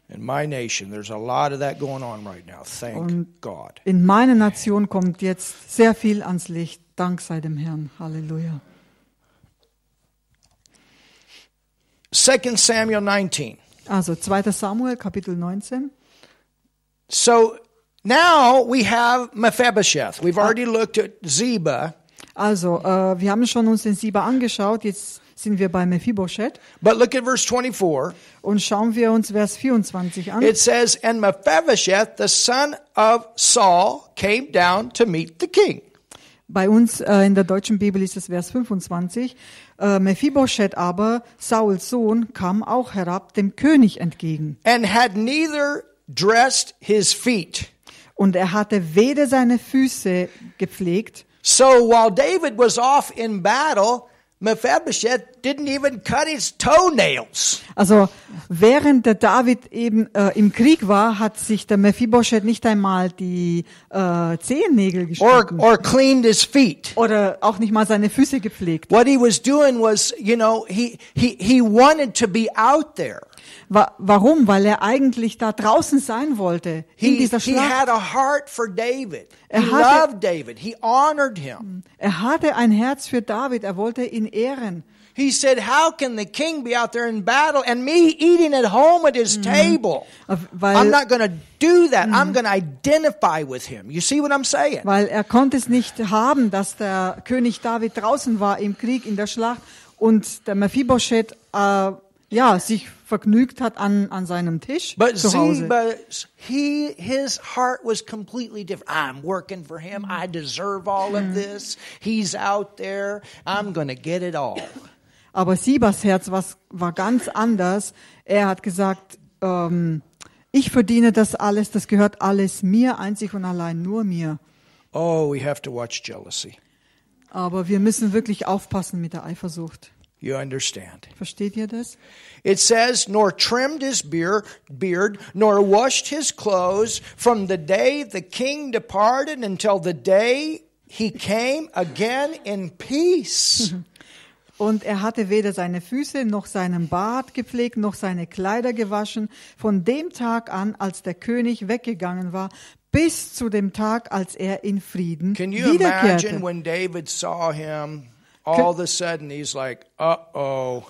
[SPEAKER 1] In my nation, there's a lot of that going on right now. Thank God.
[SPEAKER 2] In meiner Nation kommt jetzt sehr viel ans Licht. Dank sei dem Herrn. Halleluja.
[SPEAKER 1] 2 Samuel 19.
[SPEAKER 2] Also 2. Samuel, Kapitel 19.
[SPEAKER 1] So now we have Mephibosheth. We've already looked at Ziba,
[SPEAKER 2] Also, äh, wir haben schon uns den Sieber angeschaut. Jetzt sind wir bei Mephibosheth
[SPEAKER 1] but look at verse 24.
[SPEAKER 2] und schauen wir uns Vers 24 an.
[SPEAKER 1] It says, And Mephibosheth, the son of Saul, came down to meet the king.
[SPEAKER 2] Bei uns äh, in der deutschen Bibel ist es Vers 25. Äh, Mephibosheth aber, Sauls Sohn, kam auch herab dem König entgegen.
[SPEAKER 1] and had neither dressed his feet.
[SPEAKER 2] Und er hatte weder seine Füße gepflegt,
[SPEAKER 1] So while David was off in battle, Mephibosheth didn't even cut his toenails.
[SPEAKER 2] Also während der David eben äh, im Krieg war, hat sich der Mephibosheth nicht einmal die äh, Zehennägel
[SPEAKER 1] Or,
[SPEAKER 2] geschnitten
[SPEAKER 1] or cleaned his feet.
[SPEAKER 2] oder auch nicht mal seine Füße gepflegt.
[SPEAKER 1] What he was doing was, you know, he, he, he wanted to be out there.
[SPEAKER 2] Wa warum? Weil er eigentlich da draußen sein wollte in
[SPEAKER 1] He,
[SPEAKER 2] dieser
[SPEAKER 1] he had
[SPEAKER 2] Schlacht.
[SPEAKER 1] a heart for David. He
[SPEAKER 2] Er hatte-
[SPEAKER 1] loved David. He honored him.
[SPEAKER 2] Er hatte ein Herz für David. Er wollte ihn ehren.
[SPEAKER 1] He said, How can the king be out there in battle and me eating at home at his table?
[SPEAKER 2] Auf-
[SPEAKER 1] I'm
[SPEAKER 2] Weil,
[SPEAKER 1] not going to do that. I'm going to identify with him. You see what I'm saying?
[SPEAKER 2] weil er konnte es nicht haben, dass der König David draußen war im Krieg, in der Schlacht und der Mephibosheth äh, ja sich vergnügt hat an an seinem Tisch
[SPEAKER 1] But
[SPEAKER 2] zu Hause.
[SPEAKER 1] Ziba, he his heart was completely different. I'm working for him. I deserve all of this. He's out there. I'm going to get it all.
[SPEAKER 2] Aber Siebers Herz was, war ganz anders. Er hat gesagt, ähm, ich verdiene das alles, das gehört alles mir, einzig und allein nur mir.
[SPEAKER 1] Oh, we have to watch jealousy.
[SPEAKER 2] Aber wir müssen wirklich aufpassen mit der Eifersucht.
[SPEAKER 1] You understand?
[SPEAKER 2] Versteht ihr das?
[SPEAKER 1] It says, nor trimmed his beer, beard, nor washed his clothes from the day the king departed until the day he came again in peace.
[SPEAKER 2] Und er hatte weder seine Füße noch seinen Bart gepflegt, noch seine Kleider gewaschen, von dem Tag an, als der König weggegangen war, bis zu dem Tag, als er in Frieden
[SPEAKER 1] Can you
[SPEAKER 2] wiederkehrte.
[SPEAKER 1] imagine when David saw him? All of a sudden, he's like, "Uh oh,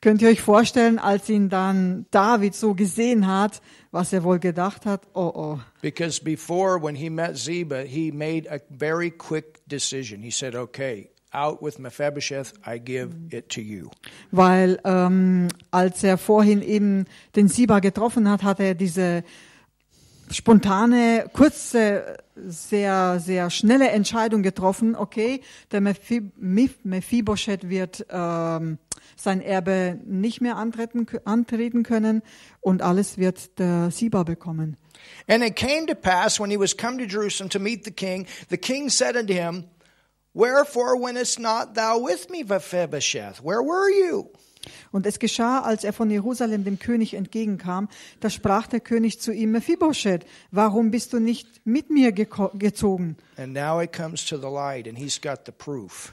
[SPEAKER 2] Könnt ihr euch vorstellen, als ihn dann David so gesehen hat, was er wohl gedacht hat? Oh oh.
[SPEAKER 1] Because before, when he met Ziba, he made a very quick decision. He said, Okay, out with Mephibosheth, I give it to you.
[SPEAKER 2] Weil ähm, als er vorhin eben den Siba getroffen hat, hat er diese spontane, kurze, sehr, sehr schnelle Entscheidung getroffen. Okay, der Mephib Meph- Mephibosheth wird ähm, sein Erbe nicht mehr antreten, antreten können und alles wird der Siba bekommen.
[SPEAKER 1] And it came to pass, when he was come to Jerusalem to meet the king, the king said unto him, Wherefore wentest not thou with me, Mephibosheth? Where were you?
[SPEAKER 2] Und es geschah, als er von Jerusalem dem König entgegenkam, da sprach der König zu ihm, Mephibosheth, warum bist du nicht mit mir geko- gezogen?
[SPEAKER 1] And now it comes to the light, and he's got the proof.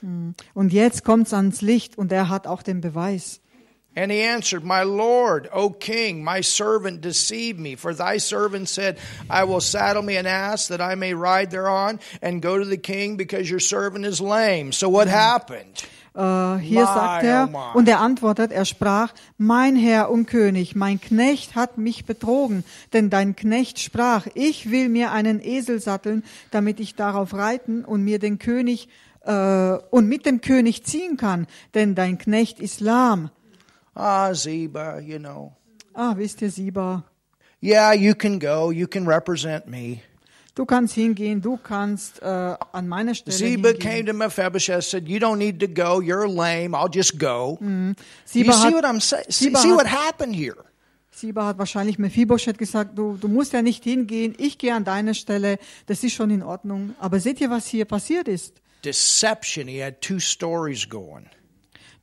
[SPEAKER 2] Und jetzt kommt's ans Licht und er hat auch den Beweis.
[SPEAKER 1] And he answered, My Lord, O king, my servant deceived me. For thy servant said, I will saddle me an ass that I may ride thereon and go to the king because your servant is lame. So what happened?
[SPEAKER 2] Äh, hier
[SPEAKER 1] My,
[SPEAKER 2] sagt
[SPEAKER 1] oh
[SPEAKER 2] er,
[SPEAKER 1] my.
[SPEAKER 2] und er antwortet, er sprach, mein Herr und König, mein Knecht hat mich betrogen, denn dein Knecht sprach, ich will mir einen Esel satteln, damit ich darauf reiten und mir den König äh, und mit dem König ziehen kann, denn dein Knecht ist lahm.
[SPEAKER 1] Ah, Ziba, you know.
[SPEAKER 2] Ah, wisst ihr, Siba,
[SPEAKER 1] Yeah, you can go. You can represent me.
[SPEAKER 2] Du kannst hingehen, du kannst äh, an meiner Stelle
[SPEAKER 1] Ziba
[SPEAKER 2] hingehen.
[SPEAKER 1] came to Mephibosheth, said, You don't need to go. You're lame. I'll just go. You see
[SPEAKER 2] Siba hat-
[SPEAKER 1] what I'm saying? See,
[SPEAKER 2] Ziba
[SPEAKER 1] see
[SPEAKER 2] hat-
[SPEAKER 1] what happened here.
[SPEAKER 2] Ziba hat wahrscheinlich Mephibosheth gesagt, du, du musst ja nicht hingehen, ich gehe an deine Stelle, das ist schon in Ordnung. Aber seht ihr, was hier passiert ist?
[SPEAKER 1] Deception, he had two stories going.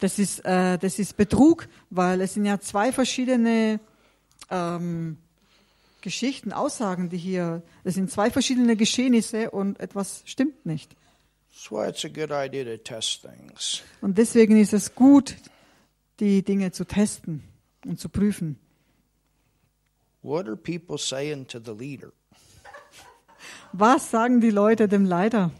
[SPEAKER 2] Das ist, äh, das ist Betrug, weil es sind ja zwei verschiedene ähm, Geschichten, Aussagen, die hier, es sind zwei verschiedene Geschehnisse und etwas stimmt nicht.
[SPEAKER 1] That's why it's a good idea to test things.
[SPEAKER 2] Und deswegen ist es gut, die Dinge zu testen und zu prüfen.
[SPEAKER 1] What are people saying to the leader?
[SPEAKER 2] Was sagen die Leute dem Leiter?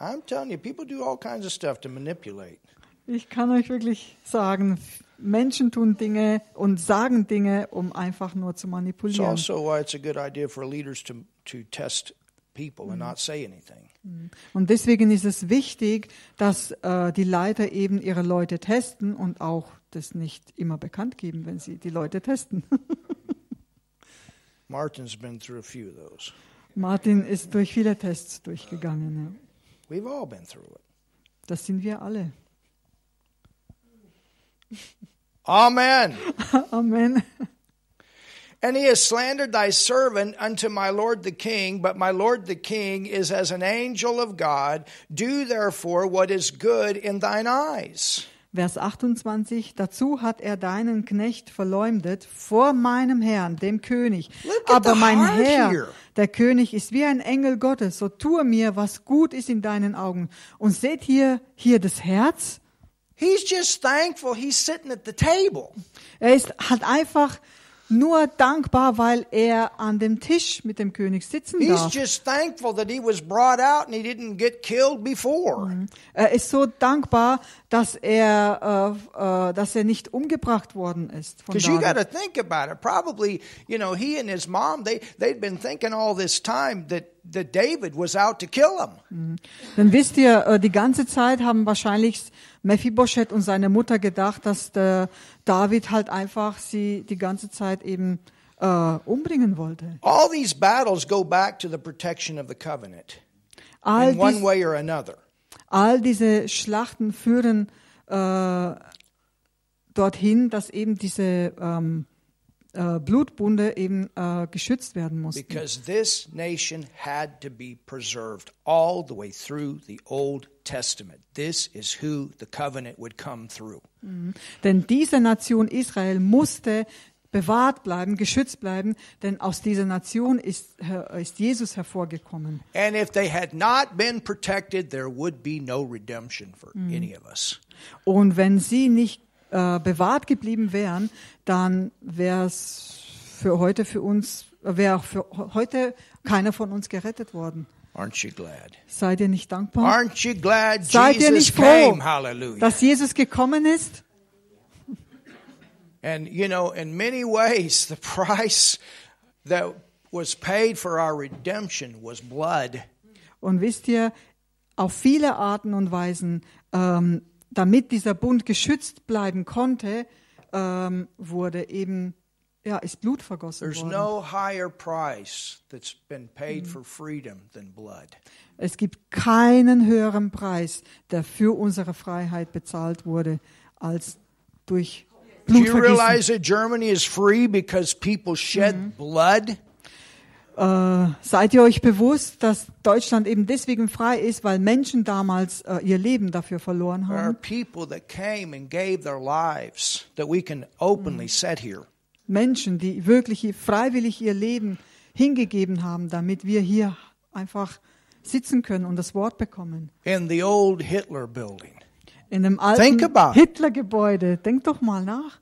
[SPEAKER 1] I'm telling you, people do all kinds of stuff to manipulate.
[SPEAKER 2] Ich kann euch wirklich sagen, Menschen tun Dinge und sagen Dinge, um einfach nur zu
[SPEAKER 1] It's
[SPEAKER 2] manipulieren.
[SPEAKER 1] also why it's a good idea for leaders to, to test people and not say anything.
[SPEAKER 2] Und deswegen ist es wichtig, dass äh, die Leiter eben ihre Leute testen und auch das nicht immer bekannt geben, wenn sie die Leute testen.
[SPEAKER 1] Martin's been through a few of those.
[SPEAKER 2] Martin ist durch viele Tests durchgegangen. Ja.
[SPEAKER 1] We've all been through it.
[SPEAKER 2] Das sind wir alle.
[SPEAKER 1] Amen.
[SPEAKER 2] Amen.
[SPEAKER 1] And he has slandered thy servant unto my lord the king, but my lord the king is as an angel of God. Do therefore what is good in thine eyes.
[SPEAKER 2] Vers 28, dazu hat er deinen Knecht verleumdet vor meinem Herrn, dem König.
[SPEAKER 1] Look at
[SPEAKER 2] Aber
[SPEAKER 1] the
[SPEAKER 2] mein
[SPEAKER 1] heart
[SPEAKER 2] Herr,
[SPEAKER 1] here.
[SPEAKER 2] der König, ist wie ein Engel Gottes, so tue mir, was gut ist in deinen Augen. Und seht ihr hier das Herz?
[SPEAKER 1] He's just thankful he's sitting at the table.
[SPEAKER 2] Er ist halt einfach nur dankbar, weil er an dem Tisch mit dem König sitzen
[SPEAKER 1] He's
[SPEAKER 2] darf.
[SPEAKER 1] just thankful that he was brought out and he didn't get killed before.
[SPEAKER 2] Er ist so dankbar, dass er, äh, äh, dass er nicht umgebracht worden ist. Von
[SPEAKER 1] Because you got
[SPEAKER 2] David.
[SPEAKER 1] to think about it. Probably, you know, he and his mom, they, they'd been thinking all this time that, that David was out to kill him.
[SPEAKER 2] Dann wisst ihr, äh, die ganze Zeit haben wahrscheinlich Mephibosheth und seine Mutter gedacht, dass der David halt einfach sie die ganze Zeit eben äh, umbringen wollte.
[SPEAKER 1] All these battles go back to the protection of the covenant
[SPEAKER 2] All,
[SPEAKER 1] in one
[SPEAKER 2] dies,
[SPEAKER 1] way or another.
[SPEAKER 2] all diese Schlachten führen äh, dorthin, dass eben diese ähm, äh, Blutbunde eben äh, geschützt werden muss.
[SPEAKER 1] Because this nation had to be preserved all the way through the Old Testament. This is who the covenant would come through.
[SPEAKER 2] Mhm. Denn diese Nation Israel musste bewahrt bleiben, geschützt bleiben, denn aus dieser Nation ist, äh, ist Jesus hervorgekommen.
[SPEAKER 1] And if they had not been protected, there would be no redemption for any of us.
[SPEAKER 2] Und wenn sie nicht äh, bewahrt geblieben wären, dann wäre es für heute für uns, wäre auch für he- heute keiner von uns gerettet worden.
[SPEAKER 1] Aren't you glad?
[SPEAKER 2] Seid ihr nicht dankbar,
[SPEAKER 1] Aren't you glad
[SPEAKER 2] Seid ihr
[SPEAKER 1] Jesus
[SPEAKER 2] nicht froh?
[SPEAKER 1] came? Hallelujah.
[SPEAKER 2] dass Jesus gekommen ist?
[SPEAKER 1] and you know, in many ways, the price that was paid for our redemption was blood.
[SPEAKER 2] Und wisst ihr, auf viele Arten und Weisen, ähm, damit dieser Bund geschützt bleiben konnte, ähm, wurde eben, ja, ist Blut vergossen
[SPEAKER 1] There's
[SPEAKER 2] worden.
[SPEAKER 1] no higher price that's been paid for freedom than blood.
[SPEAKER 2] Es gibt keinen höheren Preis, der für unsere Freiheit bezahlt wurde, als durch
[SPEAKER 1] Do you
[SPEAKER 2] Blutvergießen.
[SPEAKER 1] realize that Germany is free because people shed blood?
[SPEAKER 2] Äh, seid ihr euch bewusst, dass Deutschland eben deswegen frei ist, weil Menschen damals äh, ihr Leben dafür verloren
[SPEAKER 1] There are
[SPEAKER 2] haben?
[SPEAKER 1] people that came and gave their lives that we can openly set hier.
[SPEAKER 2] Menschen, die wirklich hier freiwillig ihr Leben hingegeben haben, damit wir hier einfach sitzen können und das Wort bekommen.
[SPEAKER 1] In the old Hitler building.
[SPEAKER 2] In dem
[SPEAKER 1] Think
[SPEAKER 2] alten
[SPEAKER 1] about it.
[SPEAKER 2] Hitlergebäude. Denkt doch mal nach.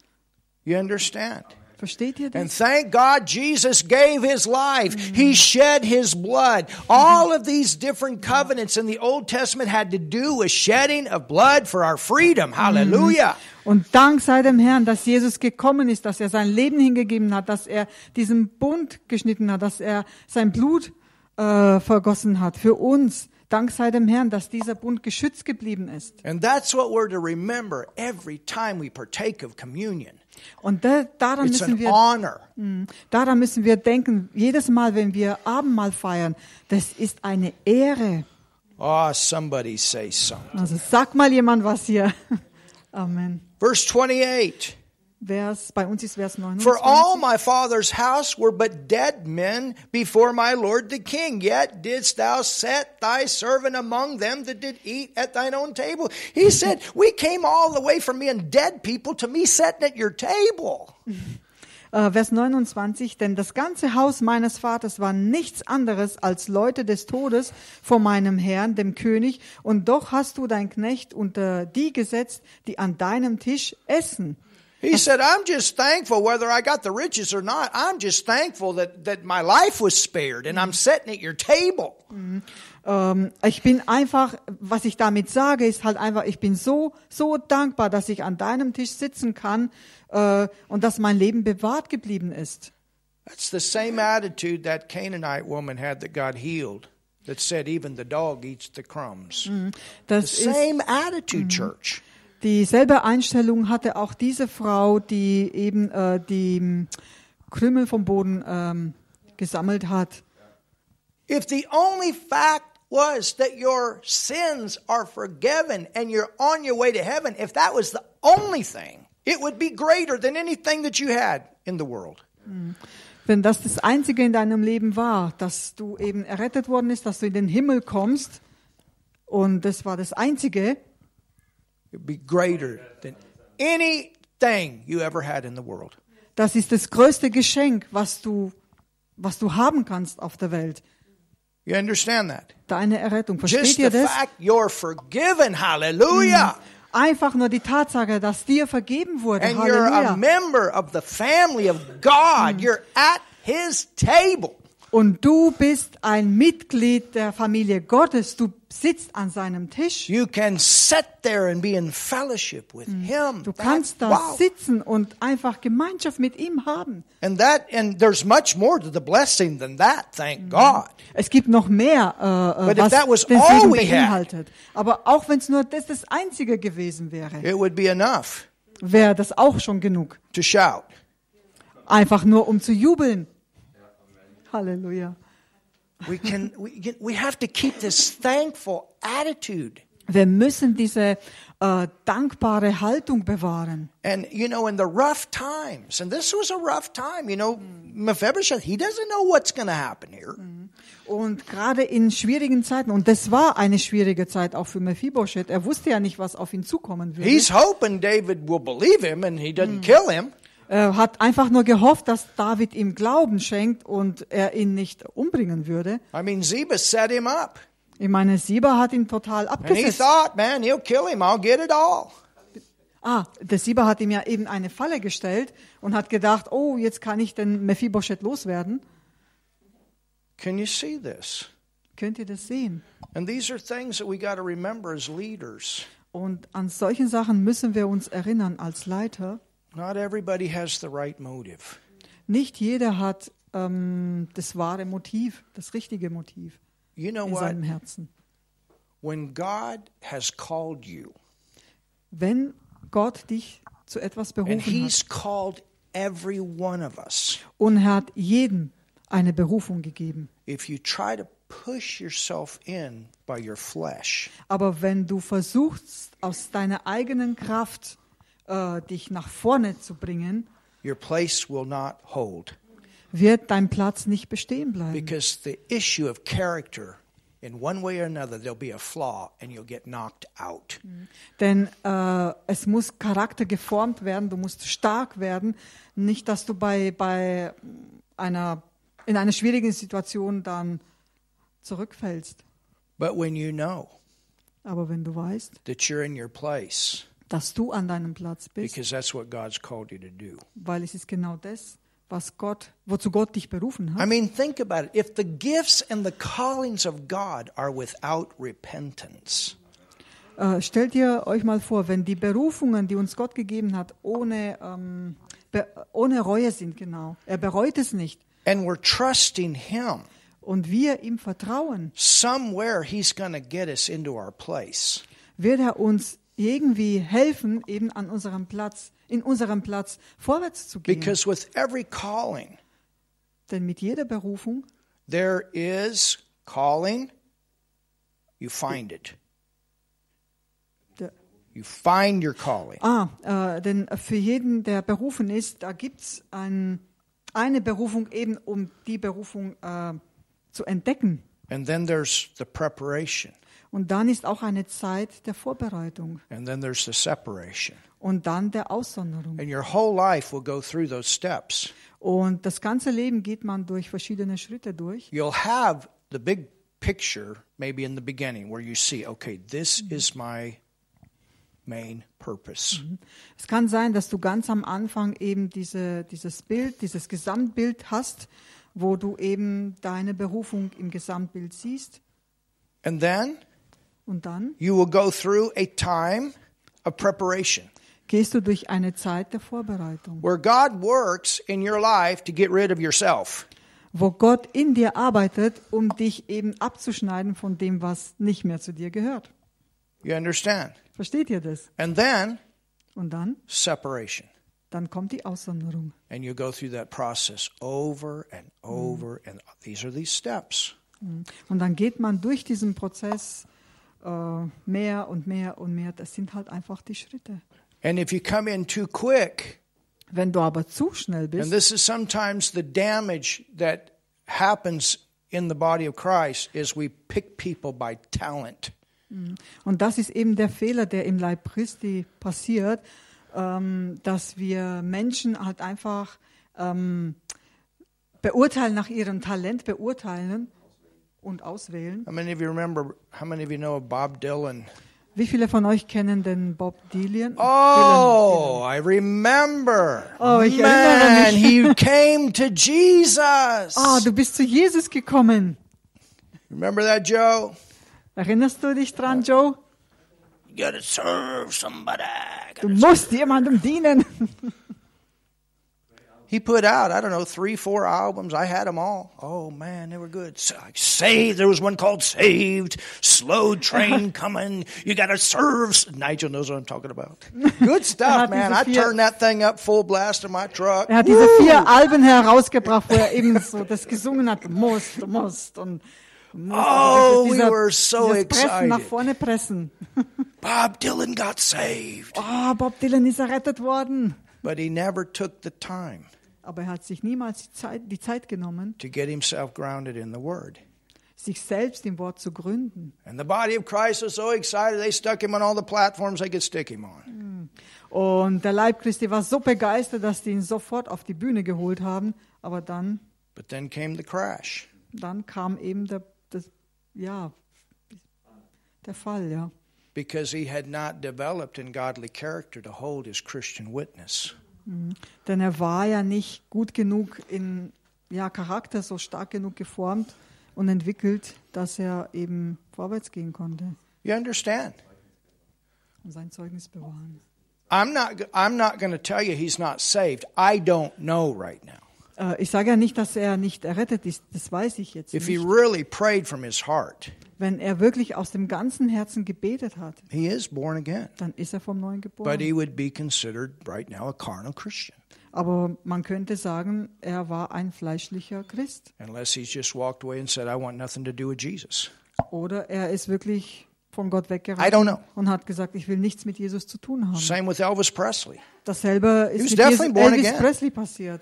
[SPEAKER 1] You understand?
[SPEAKER 2] Versteht ihr das?
[SPEAKER 1] And thank God Jesus gave his life. He shed his blood. All of these different covenants in the Old Testament had to do with shedding of blood for our freedom. Hallelujah.
[SPEAKER 2] Und dank sei dem Herrn, dass Jesus gekommen ist, dass er sein Leben hingegeben hat, dass er diesen Bund geschnitten hat, dass er sein Blut äh, vergossen hat für uns. Dank sei dem Herrn, dass dieser Bund geschützt geblieben ist.
[SPEAKER 1] And that's what we're to remember every time we partake of communion.
[SPEAKER 2] Und da, daran,
[SPEAKER 1] It's
[SPEAKER 2] müssen
[SPEAKER 1] an
[SPEAKER 2] wir,
[SPEAKER 1] honor.
[SPEAKER 2] mh, daran müssen wir denken, jedes Mal, wenn wir Abendmahl feiern, das ist eine Ehre.
[SPEAKER 1] Ah, somebody say something.
[SPEAKER 2] Also sag mal jemand was hier. Amen.
[SPEAKER 1] Verse 28.
[SPEAKER 2] Vers, bei uns ist Vers
[SPEAKER 1] For all
[SPEAKER 2] 29.
[SPEAKER 1] my father's house were but dead men before my lord the king. Yet didst thou set thy servant among them that did eat at thine own table. He said, We came all the way from being dead people to me sitting at your table.
[SPEAKER 2] Äh, Vers 29, denn das ganze Haus meines Vaters war nichts anderes als Leute des Todes vor meinem Herrn, dem König, und doch hast du dein Knecht unter die gesetzt, die an deinem Tisch essen.
[SPEAKER 1] He said, I'm just thankful whether I got the riches or not. I'm just thankful that, that my life was spared and I'm sitting at your table.
[SPEAKER 2] Ähm, ich bin einfach, was ich damit sage, ist halt einfach, ich bin so, so dankbar, dass ich an deinem Tisch sitzen kann äh, und dass mein Leben bewahrt geblieben ist.
[SPEAKER 1] That's the same attitude that Canaanite woman had that God healed, that said, Even the dog eats the crumbs. The
[SPEAKER 2] Das ist
[SPEAKER 1] same attitude, church.
[SPEAKER 2] Dieselbe Einstellung hatte auch diese Frau, die eben äh, die mh, Krümel vom Boden ähm, gesammelt hat.
[SPEAKER 1] If the only fact was that your sins are forgiven and you're on your way to heaven, if that was the only thing, it would be greater than anything that you had in the world.
[SPEAKER 2] Wenn das das Einzige in deinem Leben war, dass du eben errettet worden bist, dass du in den Himmel kommst, und das war das Einzige,
[SPEAKER 1] It would be greater than anything you ever had in the world.
[SPEAKER 2] das ist das größte Geschenk, was du, was du haben kannst auf der Welt.
[SPEAKER 1] You understand that?
[SPEAKER 2] Deine Errettung. Versteht
[SPEAKER 1] Just
[SPEAKER 2] ihr
[SPEAKER 1] the
[SPEAKER 2] das?
[SPEAKER 1] fact you're forgiven, hallelujah,
[SPEAKER 2] Einfach nur die Tatsache, dass dir vergeben wurde.
[SPEAKER 1] and you're a
[SPEAKER 2] Halleluja.
[SPEAKER 1] member of the family of God, you're at His table.
[SPEAKER 2] Und du bist ein Mitglied der Familie Gottes. Du sitzt an seinem Tisch.
[SPEAKER 1] You can sit there and be in fellowship with Him.
[SPEAKER 2] Du
[SPEAKER 1] That-
[SPEAKER 2] kannst da
[SPEAKER 1] wow.
[SPEAKER 2] sitzen und einfach Gemeinschaft mit ihm haben.
[SPEAKER 1] And that, and there's much more to the blessing than that. Thank God.
[SPEAKER 2] Es gibt noch mehr, äh,
[SPEAKER 1] But if
[SPEAKER 2] äh, was
[SPEAKER 1] that was
[SPEAKER 2] den
[SPEAKER 1] all
[SPEAKER 2] Segen
[SPEAKER 1] we had-
[SPEAKER 2] beinhaltet. Aber auch wenn es nur das, das Einzige gewesen wäre,
[SPEAKER 1] It would be enough
[SPEAKER 2] wäre das auch schon genug.
[SPEAKER 1] to shout.
[SPEAKER 2] Einfach nur, um zu jubeln. Halleluja.
[SPEAKER 1] We can. we, can- we have to keep this thankful attitude.
[SPEAKER 2] Wir müssen diese äh, dankbare Haltung bewahren.
[SPEAKER 1] And you know, in the rough times, and this was a rough time, you know, Mephibosheth, he doesn't know what's going to happen here.
[SPEAKER 2] Und gerade in schwierigen Zeiten, und das war eine schwierige Zeit auch für Mephibosheth, er wusste ja nicht, was auf ihn zukommen würde.
[SPEAKER 1] He's hoping David will believe him and he doesn't kill him.
[SPEAKER 2] Er äh, hat einfach nur gehofft, dass David ihm Glauben schenkt und er ihn nicht umbringen würde.
[SPEAKER 1] I mean, Ziba set him up.
[SPEAKER 2] Ich meine, Sieber hat ihn total
[SPEAKER 1] And he
[SPEAKER 2] abgesetzt.
[SPEAKER 1] thought, man, he'll kill him. I'll get it all.
[SPEAKER 2] Ah, der Sieber hat ihm ja eben eine Falle gestellt und hat gedacht, oh, jetzt kann ich den Mephibosheth loswerden.
[SPEAKER 1] Can you see this?
[SPEAKER 2] Könnt ihr das sehen?
[SPEAKER 1] And these are things that we got to remember as leaders.
[SPEAKER 2] Und an solchen Sachen müssen wir uns erinnern als Leiter.
[SPEAKER 1] Not everybody has the right motive.
[SPEAKER 2] Nicht jeder hat ähm, das wahre Motiv, das richtige Motiv
[SPEAKER 1] You know
[SPEAKER 2] in
[SPEAKER 1] what?
[SPEAKER 2] seinem Herzen.
[SPEAKER 1] When God has called you,
[SPEAKER 2] Wenn Gott dich zu etwas
[SPEAKER 1] and
[SPEAKER 2] berufen hat
[SPEAKER 1] He's called every one of us,
[SPEAKER 2] und er hat jedem eine Berufung gegeben,
[SPEAKER 1] if you try to push yourself in by your flesh,
[SPEAKER 2] aber wenn du versuchst, aus deiner eigenen Kraft äh, dich nach vorne zu bringen,
[SPEAKER 1] your place will not hold
[SPEAKER 2] wird dein Platz nicht bestehen bleiben.
[SPEAKER 1] because the issue of character, in one way or another, there'll be a flaw and you'll get knocked out.
[SPEAKER 2] Denn äh, es muss Charakter geformt werden, du musst stark werden, nicht dass du bei, bei einer, in einer schwierigen Situation dann zurückfällst.
[SPEAKER 1] But when you know
[SPEAKER 2] Aber wenn du weißt,
[SPEAKER 1] that you're in your place,
[SPEAKER 2] dass du an deinem Platz bist,
[SPEAKER 1] because that's what God's called you to do.
[SPEAKER 2] weil es ist genau das, was Gott, wozu Gott dich berufen
[SPEAKER 1] I
[SPEAKER 2] hat.
[SPEAKER 1] mean, think about it. If the gifts and the callings of God are without repentance,
[SPEAKER 2] Äh, stellt ihr euch mal vor, wenn die Berufungen, die uns Gott gegeben hat, ohne, ähm, be, ohne Reue sind, genau. Er bereut es nicht.
[SPEAKER 1] and we're trusting Him,
[SPEAKER 2] Und wir ihm vertrauen.
[SPEAKER 1] somewhere He's going to get us into our place.
[SPEAKER 2] wird er uns irgendwie helfen, eben an unserem Platz, in unserem Platz vorwärts zu gehen.
[SPEAKER 1] Because with every calling,
[SPEAKER 2] Denn mit jeder Berufung,
[SPEAKER 1] there is calling, you find it.
[SPEAKER 2] der,
[SPEAKER 1] You find your calling.
[SPEAKER 2] Ah, äh, denn für jeden, der berufen ist, da gibt es ein, eine Berufung eben, um die Berufung äh, zu entdecken.
[SPEAKER 1] And then there's the preparation.
[SPEAKER 2] Und dann ist auch eine Zeit der Vorbereitung
[SPEAKER 1] And then there's the separation.
[SPEAKER 2] und dann der Aussonderung.
[SPEAKER 1] And your whole life will go through those steps.
[SPEAKER 2] Und das ganze Leben geht man durch verschiedene Schritte durch.
[SPEAKER 1] You'll have the big picture maybe in the beginning where you see, okay, this is my main purpose.
[SPEAKER 2] Es kann sein, dass du ganz am Anfang eben diese, dieses Bild, dieses Gesamtbild hast, wo du eben deine Berufung im Gesamtbild siehst.
[SPEAKER 1] And then
[SPEAKER 2] Und dann
[SPEAKER 1] you will go through a time of preparation
[SPEAKER 2] gehst du durch eine Zeit der Vorbereitung,
[SPEAKER 1] where God works in your life to get rid of yourself.
[SPEAKER 2] wo Gott in dir arbeitet, um dich eben abzuschneiden von dem, was nicht mehr zu dir gehört.
[SPEAKER 1] You understand?
[SPEAKER 2] Versteht ihr das?
[SPEAKER 1] And then
[SPEAKER 2] Und dann,
[SPEAKER 1] separation.
[SPEAKER 2] dann kommt die Aussonderung.
[SPEAKER 1] And you go through that process over and over and these are these steps.
[SPEAKER 2] Und dann geht man durch diesen Prozess äh, mehr und mehr und mehr. Das sind halt einfach die Schritte.
[SPEAKER 1] And if you come in too quick,
[SPEAKER 2] Wenn du aber zu schnell bist,
[SPEAKER 1] and this is sometimes the damage that happens in the body of Christ is we pick people by talent.
[SPEAKER 2] Und das ist eben der Fehler, der im Leib Christi passiert, ähm, dass wir Menschen halt einfach ähm, beurteilen nach ihrem Talent, beurteilen und auswählen.
[SPEAKER 1] How many of you remember how many of you know of Bob Dylan?
[SPEAKER 2] Wie viele von euch kennen den Bob Dylan?
[SPEAKER 1] Oh, I remember.
[SPEAKER 2] Oh, ich erinnere
[SPEAKER 1] Man,
[SPEAKER 2] mich.
[SPEAKER 1] he came to Jesus.
[SPEAKER 2] Ah, du bist zu Jesus gekommen.
[SPEAKER 1] Remember that, Joe?
[SPEAKER 2] Erinnerst du dich dran, Joe?
[SPEAKER 1] You gotta serve somebody.
[SPEAKER 2] Du musst jemandem dienen.
[SPEAKER 1] He put out, I don't know, three, four albums. I had them all. Oh man, they were good. So, like, Saved. There was one called Saved. Slow Train Coming. You gotta serve. s- Nigel knows what I'm talking about. Good stuff,
[SPEAKER 2] hat
[SPEAKER 1] man.
[SPEAKER 2] diese
[SPEAKER 1] I
[SPEAKER 2] vier-
[SPEAKER 1] turned that thing up full blast in my truck.
[SPEAKER 2] Er hat diese vier Alben herausgebracht, wo er eben so das gesungen hat. Du musst, du musst und du musst.
[SPEAKER 1] Oh,
[SPEAKER 2] Also das ist
[SPEAKER 1] we were so
[SPEAKER 2] dieses Pressen nach
[SPEAKER 1] excited.
[SPEAKER 2] vorne pressen.
[SPEAKER 1] Bob Dylan got saved,
[SPEAKER 2] Oh, Bob Dylan ist errettet worden.
[SPEAKER 1] but he never took the time
[SPEAKER 2] Aber er hat sich niemals die Zeit, die Zeit genommen,
[SPEAKER 1] to get himself grounded in the Word.
[SPEAKER 2] sich selbst im Wort zu gründen.
[SPEAKER 1] And the body of Christ was so excited they stuck him on all the platforms they could stick him on.
[SPEAKER 2] Und der Leib Christi war so begeistert, dass die ihn sofort auf die Bühne geholt haben. Aber dann,
[SPEAKER 1] But then came the crash.
[SPEAKER 2] dann kam eben der, das, ja, der Fall, ja.
[SPEAKER 1] because he had not developed in godly character to hold his Christian witness.
[SPEAKER 2] Denn er war ja nicht gut genug in ja, Charakter, so stark genug geformt und entwickelt, dass er eben vorwärts gehen konnte
[SPEAKER 1] You understand?
[SPEAKER 2] und sein Zeugnis bewahren.
[SPEAKER 1] I'm not, I'm not going to tell you he's not saved. I don't know right now.
[SPEAKER 2] Äh, ich sage ja nicht, dass er nicht errettet ist, das weiß ich jetzt
[SPEAKER 1] If he
[SPEAKER 2] nicht.
[SPEAKER 1] really prayed from his heart,
[SPEAKER 2] Wenn er wirklich aus dem ganzen Herzen gebetet hat,
[SPEAKER 1] he is born again.
[SPEAKER 2] dann ist er vom Neuen
[SPEAKER 1] But
[SPEAKER 2] geboren.
[SPEAKER 1] he would be considered right now a carnal Christian
[SPEAKER 2] Aber man könnte sagen, er war ein fleischlicher Christ.
[SPEAKER 1] unless he's just walked away and said, I want nothing to do with Jesus.
[SPEAKER 2] Oder er ist wirklich von Gott
[SPEAKER 1] I don't know.
[SPEAKER 2] weggerannt und hat gesagt, ich will nichts mit Jesus zu tun haben.
[SPEAKER 1] Same with Elvis Presley.
[SPEAKER 2] Dasselbe
[SPEAKER 1] was
[SPEAKER 2] ist mit
[SPEAKER 1] definitely
[SPEAKER 2] Jesus,
[SPEAKER 1] born
[SPEAKER 2] Elvis
[SPEAKER 1] again.
[SPEAKER 2] Presley passiert.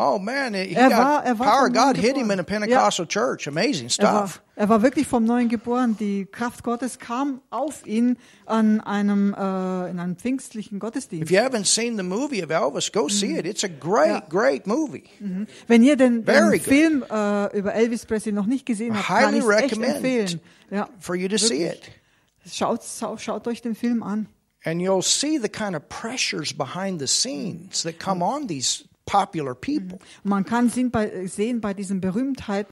[SPEAKER 1] Oh man, he
[SPEAKER 2] Er
[SPEAKER 1] got,
[SPEAKER 2] war- er war
[SPEAKER 1] power of
[SPEAKER 2] von
[SPEAKER 1] God
[SPEAKER 2] neuem
[SPEAKER 1] hit him in a
[SPEAKER 2] geboren.
[SPEAKER 1] Pentecostal church. Amazing
[SPEAKER 2] Er war,
[SPEAKER 1] stuff.
[SPEAKER 2] er war wirklich vom Neuen geboren. Die Kraft Gottes kam auf ihn an einem, äh, in einem pfingstlichen
[SPEAKER 1] If
[SPEAKER 2] Gottesdienst.
[SPEAKER 1] you haven't seen the movie of Elvis, go see it. It's a great, great movie.
[SPEAKER 2] Wenn ihr den, den
[SPEAKER 1] Very good.
[SPEAKER 2] Film äh, über Elvis Presley noch nicht gesehen habt, kann
[SPEAKER 1] Highly
[SPEAKER 2] ich echt
[SPEAKER 1] recommend
[SPEAKER 2] empfehlen. Ja,
[SPEAKER 1] for you to see
[SPEAKER 2] wirklich.
[SPEAKER 1] it.
[SPEAKER 2] Schaut, schau- schaut euch den Film an.
[SPEAKER 1] And you'll see the kind of pressures behind the scenes that come on these popular people.
[SPEAKER 2] Man kann sehen bei, sehen bei diesen Berühmtheiten,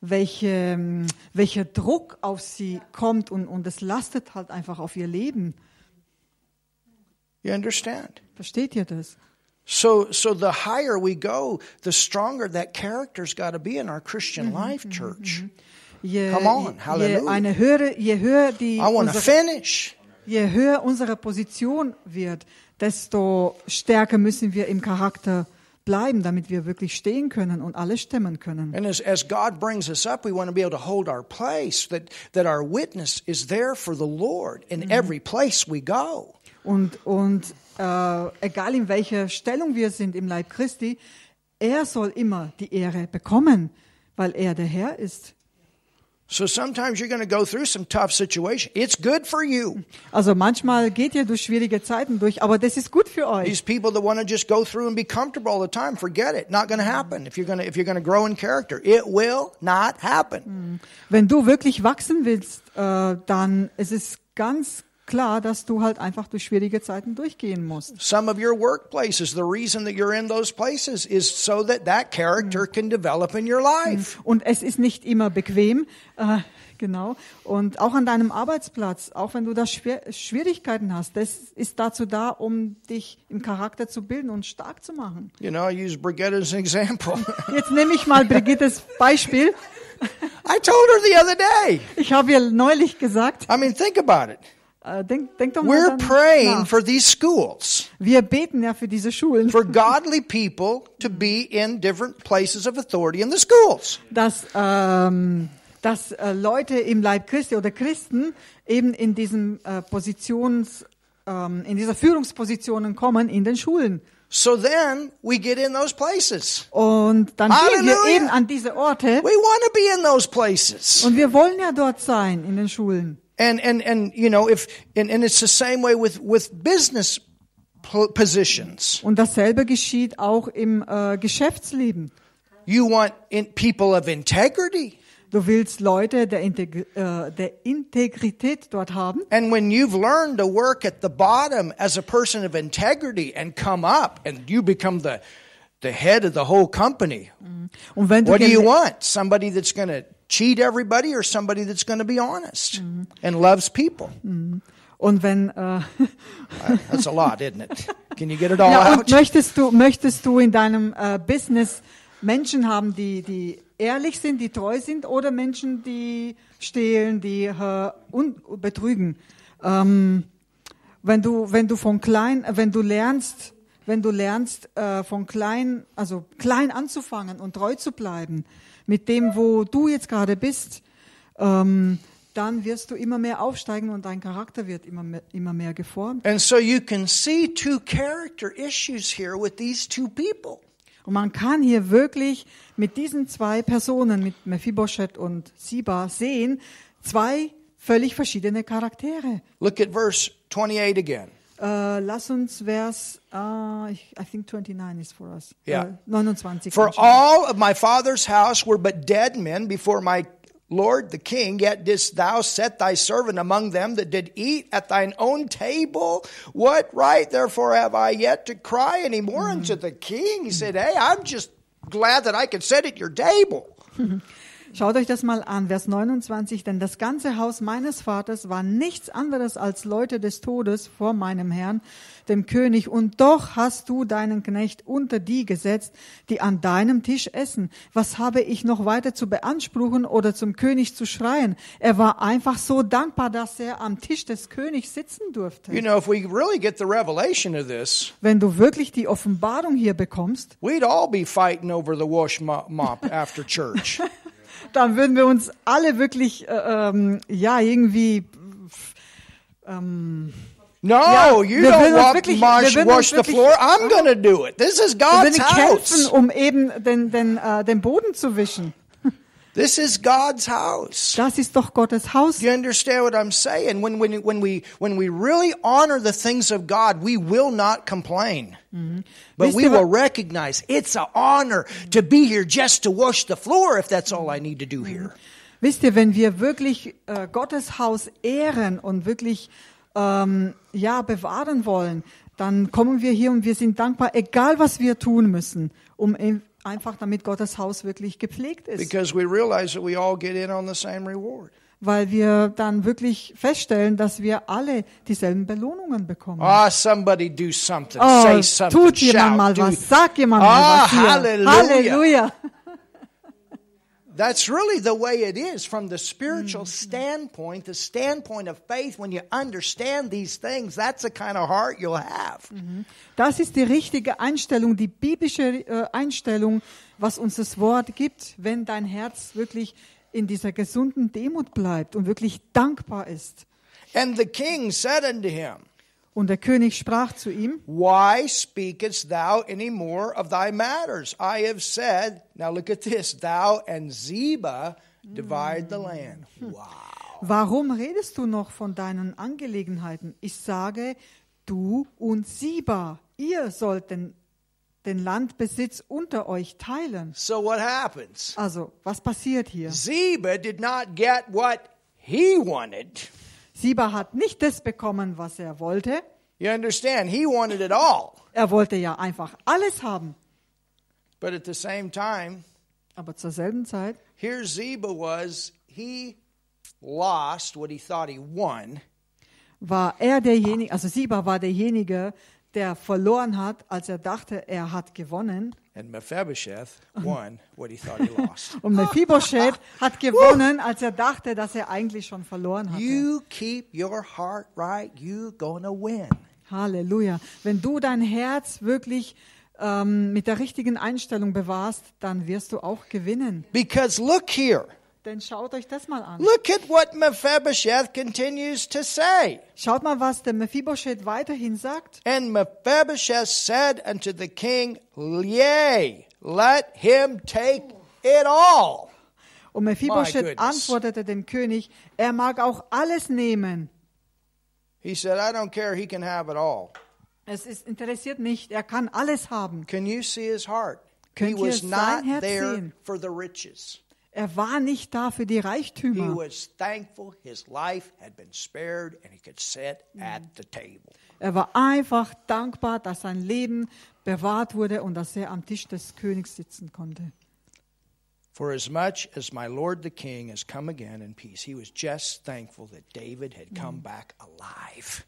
[SPEAKER 2] welche, ähm, welcher Druck auf sie kommt und, und es lastet halt einfach auf ihr Leben.
[SPEAKER 1] You understand?
[SPEAKER 2] Versteht ihr das?
[SPEAKER 1] So, so the higher we go, the stronger that character's got to be in our Christian life, church.
[SPEAKER 2] Je,
[SPEAKER 1] Come on,
[SPEAKER 2] je,
[SPEAKER 1] Halleluja.
[SPEAKER 2] eine höhere, je höher die,
[SPEAKER 1] I want to
[SPEAKER 2] unsere,
[SPEAKER 1] finish.
[SPEAKER 2] je höher unsere Position wird, desto stärker müssen wir im Charakter bleiben, damit wir wirklich stehen können und alles stemmen können.
[SPEAKER 1] And as, as God brings us up, we want to be able to hold our place, that, that our witness is there for the Lord in every place we go.
[SPEAKER 2] Und, und äh, egal in welcher Stellung wir sind im Leib Christi, er soll immer die Ehre bekommen, weil er der Herr ist.
[SPEAKER 1] So sometimes you're going to go through some tough situation. It's good for you.
[SPEAKER 2] Also manchmal geht ihr durch schwierige Zeiten durch, aber das ist gut für euch.
[SPEAKER 1] These people that want to just go through and be comfortable all the time, forget it. Not going to happen. If you're going to if you're going to grow in character, it will not happen.
[SPEAKER 2] Wenn du wirklich wachsen willst, äh, dann ist es ganz klar, dass du halt einfach durch schwierige Zeiten durchgehen musst.
[SPEAKER 1] Some of your workplaces, the reason that you're in those places is so that that character can develop in your life.
[SPEAKER 2] Und es ist nicht immer bequem, äh, genau. Und auch an deinem Arbeitsplatz, auch wenn du da schwer, Schwierigkeiten hast, das ist dazu da, um dich im Charakter zu bilden und stark zu machen.
[SPEAKER 1] You know, I use Brigitte as an example.
[SPEAKER 2] Jetzt nehme ich mal Brigittes Beispiel.
[SPEAKER 1] I told her the other day.
[SPEAKER 2] Ich habe ihr neulich gesagt,
[SPEAKER 1] I mean, think about it.
[SPEAKER 2] äh, denk, denk doch mal
[SPEAKER 1] We're praying
[SPEAKER 2] dran.
[SPEAKER 1] for these schools,
[SPEAKER 2] Wir beten ja für diese Schulen.
[SPEAKER 1] for godly people to be in different places of authority in the schools.
[SPEAKER 2] dass, ähm, dass äh, Leute im Leib Christi oder Christen eben in diesem äh, Positions ähm, in dieser Führungspositionen kommen in den Schulen.
[SPEAKER 1] So then we get in those places.
[SPEAKER 2] Und dann gehen
[SPEAKER 1] Halleluja!
[SPEAKER 2] wir eben an diese Orte
[SPEAKER 1] We want to be in those places.
[SPEAKER 2] und wir wollen ja dort sein in den Schulen.
[SPEAKER 1] And and and you know if and, and it's the same way with with business po- positions.
[SPEAKER 2] Und dasselbe geschieht auch im äh, Geschäftsleben.
[SPEAKER 1] You want in, people of integrity.
[SPEAKER 2] Du willst Leute der, Integ äh, der Integrität dort haben.
[SPEAKER 1] And when you've learned to work at the bottom as a person of integrity and come up and you become the the head of the whole company,
[SPEAKER 2] Und wenn du
[SPEAKER 1] What do you
[SPEAKER 2] gele-
[SPEAKER 1] want? Somebody that's going to cheat everybody or somebody that's going to be honest and loves people?
[SPEAKER 2] und wenn äh,
[SPEAKER 1] That's a lot, isn't it? Can you get it all
[SPEAKER 2] Ja, und
[SPEAKER 1] out?
[SPEAKER 2] möchtest du, möchtest du in deinem äh, Business Menschen haben, die, die ehrlich sind, die treu sind, oder Menschen, die stehlen, die äh, un betrügen? Ähm, wenn du, wenn du von klein, äh, wenn du lernst, wenn du lernst, äh, von klein, also klein anzufangen und treu zu bleiben, mit dem, wo du jetzt gerade bist, ähm, dann wirst du immer mehr aufsteigen und dein Charakter wird immer mehr, immer mehr geformt.
[SPEAKER 1] And so you can see two character issues here with these two people.
[SPEAKER 2] Und man kann hier wirklich mit diesen zwei Personen, mit Mephibosheth und Siba, sehen, zwei völlig verschiedene Charaktere.
[SPEAKER 1] Look at verse 28 again.
[SPEAKER 2] Äh, lass uns Vers, äh, ich- I think 29 is for us.
[SPEAKER 1] Ja.
[SPEAKER 2] Äh, 29.
[SPEAKER 1] For
[SPEAKER 2] Entschuldigung.
[SPEAKER 1] all of my father's house were but dead men before my Lord the king, yet didst thou set thy servant among them that did eat at thine own table? What right therefore have I yet to cry any more unto the king? He said, Hey, I'm just glad that I could sit at your table.
[SPEAKER 2] Schaut euch das mal an, Vers 29. Denn das ganze Haus meines Vaters war nichts anderes als Leute des Todes vor meinem Herrn, dem König. Und doch hast du deinen Knecht unter die gesetzt, die an deinem Tisch essen. Was habe ich noch weiter zu beanspruchen oder zum König zu schreien? Er war einfach so dankbar, dass er am Tisch des Königs sitzen
[SPEAKER 1] You
[SPEAKER 2] durfte.
[SPEAKER 1] know, if we really get the revelation of this,
[SPEAKER 2] Wenn du wirklich die Offenbarung hier bekommst,
[SPEAKER 1] we'd all be fighting over the wash mo- mop after church.
[SPEAKER 2] dann würden wir uns alle wirklich, äh, ähm, ja, irgendwie
[SPEAKER 1] No, you
[SPEAKER 2] wir
[SPEAKER 1] don't
[SPEAKER 2] würden uns
[SPEAKER 1] walk,
[SPEAKER 2] wirklich-
[SPEAKER 1] wash,
[SPEAKER 2] wir würden
[SPEAKER 1] wash
[SPEAKER 2] uns
[SPEAKER 1] the
[SPEAKER 2] wirklich-
[SPEAKER 1] floor. I'm going to do it. This is
[SPEAKER 2] Wir
[SPEAKER 1] God's
[SPEAKER 2] würden
[SPEAKER 1] house.
[SPEAKER 2] kämpfen, um eben den, den, äh, den Boden zu wischen.
[SPEAKER 1] This is God's house.
[SPEAKER 2] Das ist doch Gottes Haus.
[SPEAKER 1] Do you understand what I'm saying? When, when, when, we, when we really honor the things of God, we will not complain. But
[SPEAKER 2] Wisst
[SPEAKER 1] we
[SPEAKER 2] ihr wa-
[SPEAKER 1] will recognize it's an honor to be here just to wash the floor if that's all I need to do here.
[SPEAKER 2] Wisst ihr, wenn wir wirklich äh, Gottes Haus ehren und wirklich ähm, ja bewahren wollen, dann kommen wir hier und wir sind dankbar, egal was wir tun müssen, um e- einfach damit Gottes Haus wirklich gepflegt ist,
[SPEAKER 1] Because we realize that we all get in on the same reward.
[SPEAKER 2] weil wir dann wirklich feststellen, dass wir alle dieselben Belohnungen bekommen.
[SPEAKER 1] Ah, somebody do something.
[SPEAKER 2] Oh,
[SPEAKER 1] say something.
[SPEAKER 2] tut jemand
[SPEAKER 1] shout,
[SPEAKER 2] mal
[SPEAKER 1] do-
[SPEAKER 2] was, sag jemand
[SPEAKER 1] Ah,
[SPEAKER 2] mal was hier.
[SPEAKER 1] Halleluja.
[SPEAKER 2] Halleluja.
[SPEAKER 1] That's really the way it is from the spiritual standpoint, the standpoint of faith. When you understand these things, that's the kind of heart you'll have.
[SPEAKER 2] Das ist die richtige Einstellung, die biblische äh, Einstellung, was uns das Wort gibt, wenn dein Herz wirklich in dieser gesunden Demut bleibt und wirklich dankbar ist.
[SPEAKER 1] And the king said unto him,
[SPEAKER 2] Und der König sprach zu ihm,
[SPEAKER 1] Why speakest thou any more of thy matters? I have said, now look at this, thou and Ziba divide the land. Wow.
[SPEAKER 2] warum redest du noch von deinen Angelegenheiten? Ich sage, du und Siba, ihr sollt den, den Landbesitz unter euch teilen.
[SPEAKER 1] So what happens?
[SPEAKER 2] Also, was passiert hier?
[SPEAKER 1] Ziba did not get what he wanted.
[SPEAKER 2] Siba hat nicht das bekommen, was er wollte.
[SPEAKER 1] You understand? He wanted it all.
[SPEAKER 2] Er wollte ja einfach alles haben.
[SPEAKER 1] But at the same time,
[SPEAKER 2] Aber zur selben Zeit,
[SPEAKER 1] here Ziba was, he lost what he thought he won.
[SPEAKER 2] war er derjenige, also Siba war derjenige, der verloren hat, als er dachte, er hat gewonnen.
[SPEAKER 1] And Mephibosheth won what he thought he lost.
[SPEAKER 2] Und Mephibosheth hat gewonnen, als er dachte, dass er eigentlich schon verloren hatte.
[SPEAKER 1] You keep your heart right, you gonna win.
[SPEAKER 2] Halleluja. Wenn du dein Herz wirklich ähm, mit der richtigen Einstellung bewahrst, dann wirst du auch gewinnen.
[SPEAKER 1] Because look here.
[SPEAKER 2] Denn schaut euch das mal an.
[SPEAKER 1] Look at what Mephibosheth continues to say.
[SPEAKER 2] Schaut mal, was der Mephibosheth weiterhin sagt.
[SPEAKER 1] And Mephibosheth said unto the king, Yea, let him take it all.
[SPEAKER 2] Und
[SPEAKER 1] My
[SPEAKER 2] Mephibosheth
[SPEAKER 1] goodness.
[SPEAKER 2] antwortete dem König, er mag auch alles nehmen.
[SPEAKER 1] He said, I don't care, he can have it all.
[SPEAKER 2] Es ist interessiert nicht, er kann alles haben.
[SPEAKER 1] Can you see his heart? he
[SPEAKER 2] Könnt ihr
[SPEAKER 1] was
[SPEAKER 2] sein
[SPEAKER 1] not
[SPEAKER 2] Herz
[SPEAKER 1] there
[SPEAKER 2] sehen?
[SPEAKER 1] for the riches.
[SPEAKER 2] Er war nicht da für die
[SPEAKER 1] He
[SPEAKER 2] Reichtümer.
[SPEAKER 1] was thankful his life had been spared and he could sit at the table.
[SPEAKER 2] Er war einfach dankbar, dass sein Leben bewahrt wurde und dass er am Tisch des Königs sitzen konnte.
[SPEAKER 1] For as much as my lord the king has come again in peace, he was just thankful that David had come back alive.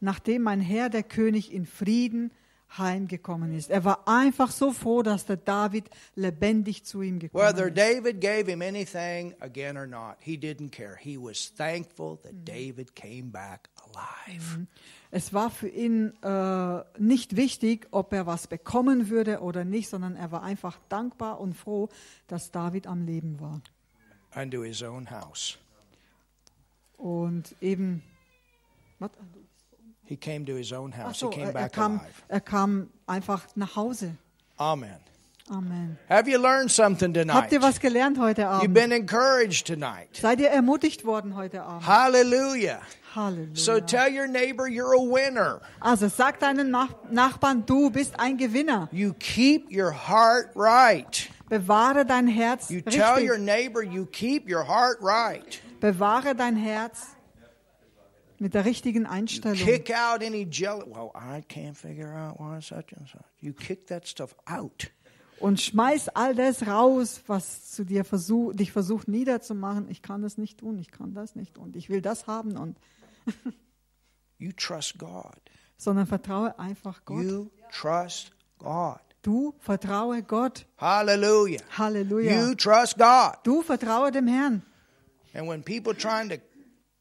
[SPEAKER 2] Nachdem mein Herr, der König, in Frieden heimgekommen ist. Er war einfach so froh, dass der David lebendig zu ihm gekommen
[SPEAKER 1] Whether
[SPEAKER 2] ist.
[SPEAKER 1] David gave him anything again or not, he didn't care. He was thankful that David came back alive.
[SPEAKER 2] Es war für ihn äh, nicht wichtig, ob er was bekommen würde oder nicht, sondern er war einfach dankbar und froh, dass David am Leben war.
[SPEAKER 1] Unto his own house.
[SPEAKER 2] Und eben, was?
[SPEAKER 1] He came to his own
[SPEAKER 2] Ach
[SPEAKER 1] house.
[SPEAKER 2] so,
[SPEAKER 1] he
[SPEAKER 2] er,
[SPEAKER 1] came
[SPEAKER 2] er,
[SPEAKER 1] back
[SPEAKER 2] kam,
[SPEAKER 1] alive.
[SPEAKER 2] er kam einfach nach Hause.
[SPEAKER 1] Amen.
[SPEAKER 2] Amen.
[SPEAKER 1] Have you learned something tonight?
[SPEAKER 2] Habt ihr was gelernt heute
[SPEAKER 1] You've
[SPEAKER 2] Abend?
[SPEAKER 1] been encouraged tonight.
[SPEAKER 2] Seid ihr ermutigt worden heute Abend?
[SPEAKER 1] Hallelujah. So
[SPEAKER 2] Halleluja.
[SPEAKER 1] tell your neighbor you're a winner.
[SPEAKER 2] Also sag deinen Nach Nachbarn, du bist ein Gewinner.
[SPEAKER 1] You keep your heart right.
[SPEAKER 2] Bewahre dein Herz
[SPEAKER 1] You tell your
[SPEAKER 2] richtig.
[SPEAKER 1] neighbor you keep your heart right.
[SPEAKER 2] Bewahre dein Herz mit der richtigen Einstellung.
[SPEAKER 1] Kick out any jealous. Well, I can't figure out why such and such. You kick that stuff out.
[SPEAKER 2] Und schmeiß all das raus, was zu dir versuch, dich versucht niederzumachen. Ich kann das nicht tun, ich kann das nicht und ich will das haben und
[SPEAKER 1] You trust God.
[SPEAKER 2] sondern vertraue einfach Gott.
[SPEAKER 1] You trust God.
[SPEAKER 2] Du vertraue Gott.
[SPEAKER 1] Hallelujah.
[SPEAKER 2] Halleluja.
[SPEAKER 1] You trust God.
[SPEAKER 2] Du vertraue dem Herrn.
[SPEAKER 1] And when people trying to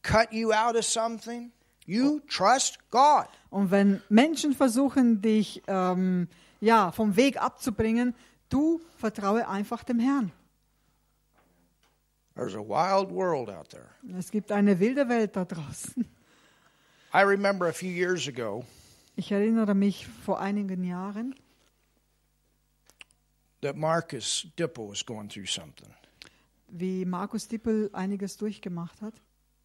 [SPEAKER 1] cut you out of something, you trust God.
[SPEAKER 2] Und wenn Menschen versuchen, dich ähm, ja, vom Weg abzubringen, du vertraue einfach dem Herrn.
[SPEAKER 1] There's a wild world out there.
[SPEAKER 2] Es gibt eine wilde Welt da draußen.
[SPEAKER 1] I remember a few years ago
[SPEAKER 2] Ich erinnere mich vor einigen Jahren,
[SPEAKER 1] that Marcus Dippel was going through something.
[SPEAKER 2] wie Markus Dippel einiges durchgemacht hat.